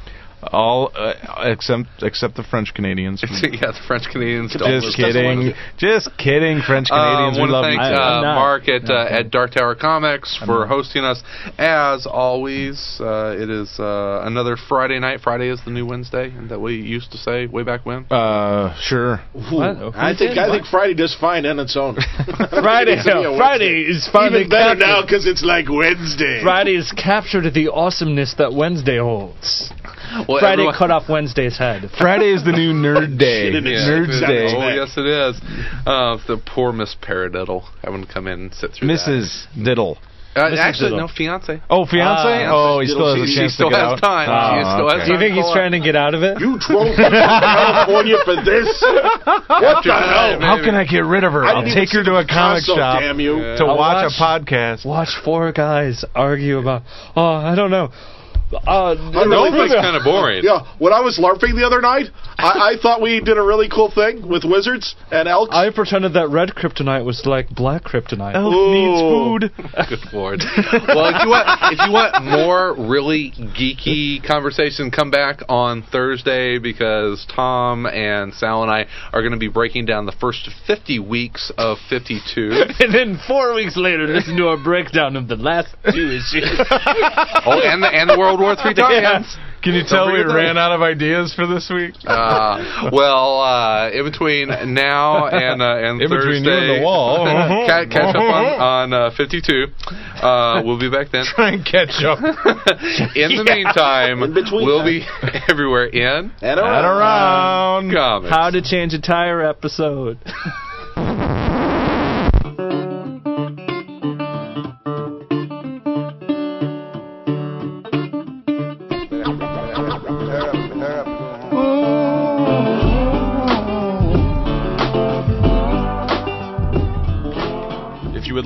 all uh, except except the French Canadians.
yeah, the French Canadians. don't
Just
listen.
kidding. Just kidding, French
Um,
Canadians.
want
we
to
love
thank
you.
I-
uh,
I'm not.
Mark at, uh, at Dark Tower Comics for hosting us. As always, uh, it is uh, another Friday night. Friday is the new Wednesday that we used to say way back when.
Uh, sure.
What?
I think I think Friday does fine on its own.
Friday,
It's gonna be a
Friday is finally
Even better
captured.
now because it's like Wednesday.
Friday has captured the awesomeness that Wednesday holds.
Well,
Friday
everyone-
cut off Wednesday's head.
Friday is the new nerd day.
Shit, it is.
Nerds
Oh,
day.
yes, it is. Uh, the poor Miss Paradiddle having to come in and sit through that.
Mrs. Diddle.
Uh,
Mrs.
Actually,
Diddle.
no, fiance.
Oh, fiance?
Ah.
oh, he still
Diddle,
has a
she-
chance
she still
to get
has
out.
time. She
Oh,
still has
okay.
Do you think he's
Call
trying to get out of it?
You drove from California for this? What the hell?
How can I get rid of her?
I
I'll
didn't
take
even
her to a comic
Console,
shop
Damn you!
to
I'll
watch a
watch-
podcast.
Watch four guys argue about, oh, I don't know. Uh,
don't know.
It's kind of boring.
Yeah, when I was LARPing the other night, I, I thought we did a really cool thing with wizards and elks.
I pretended that red kryptonite was like black kryptonite.
Oh.
elk needs food.
Good lord. Well, if you want, if you want more really geeky conversation, come back on Thursday because Tom and Sal and I are going to be breaking down the first 50 weeks of 52.
And then four weeks later, listen to our breakdown of the last two issues.
Oh, and the, and the World War Three documents.
Can you tell we
forget that.
ran out of ideas for this week?
Uh, well, uh, in between now and uh, and
In
Thursday,
between you and the wall.
ca- catch up
Uh-huh.
on, on uh, 52. Uh, we'll be back then.
Try and catch up.
In the meantime,
between
we'll
time.
be everywhere in
And around.
and around.
comics.
How to change a tire episode.
If you would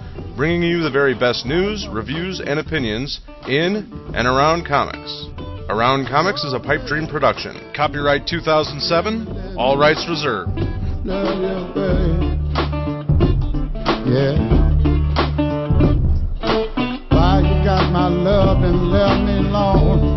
bringing you the very best news, reviews, and opinions in and around comics. Around Comics is a Pipe Dream production. Copyright 2007, all rights reserved.
love you, babe. Yeah. Why you got my love and left me alone?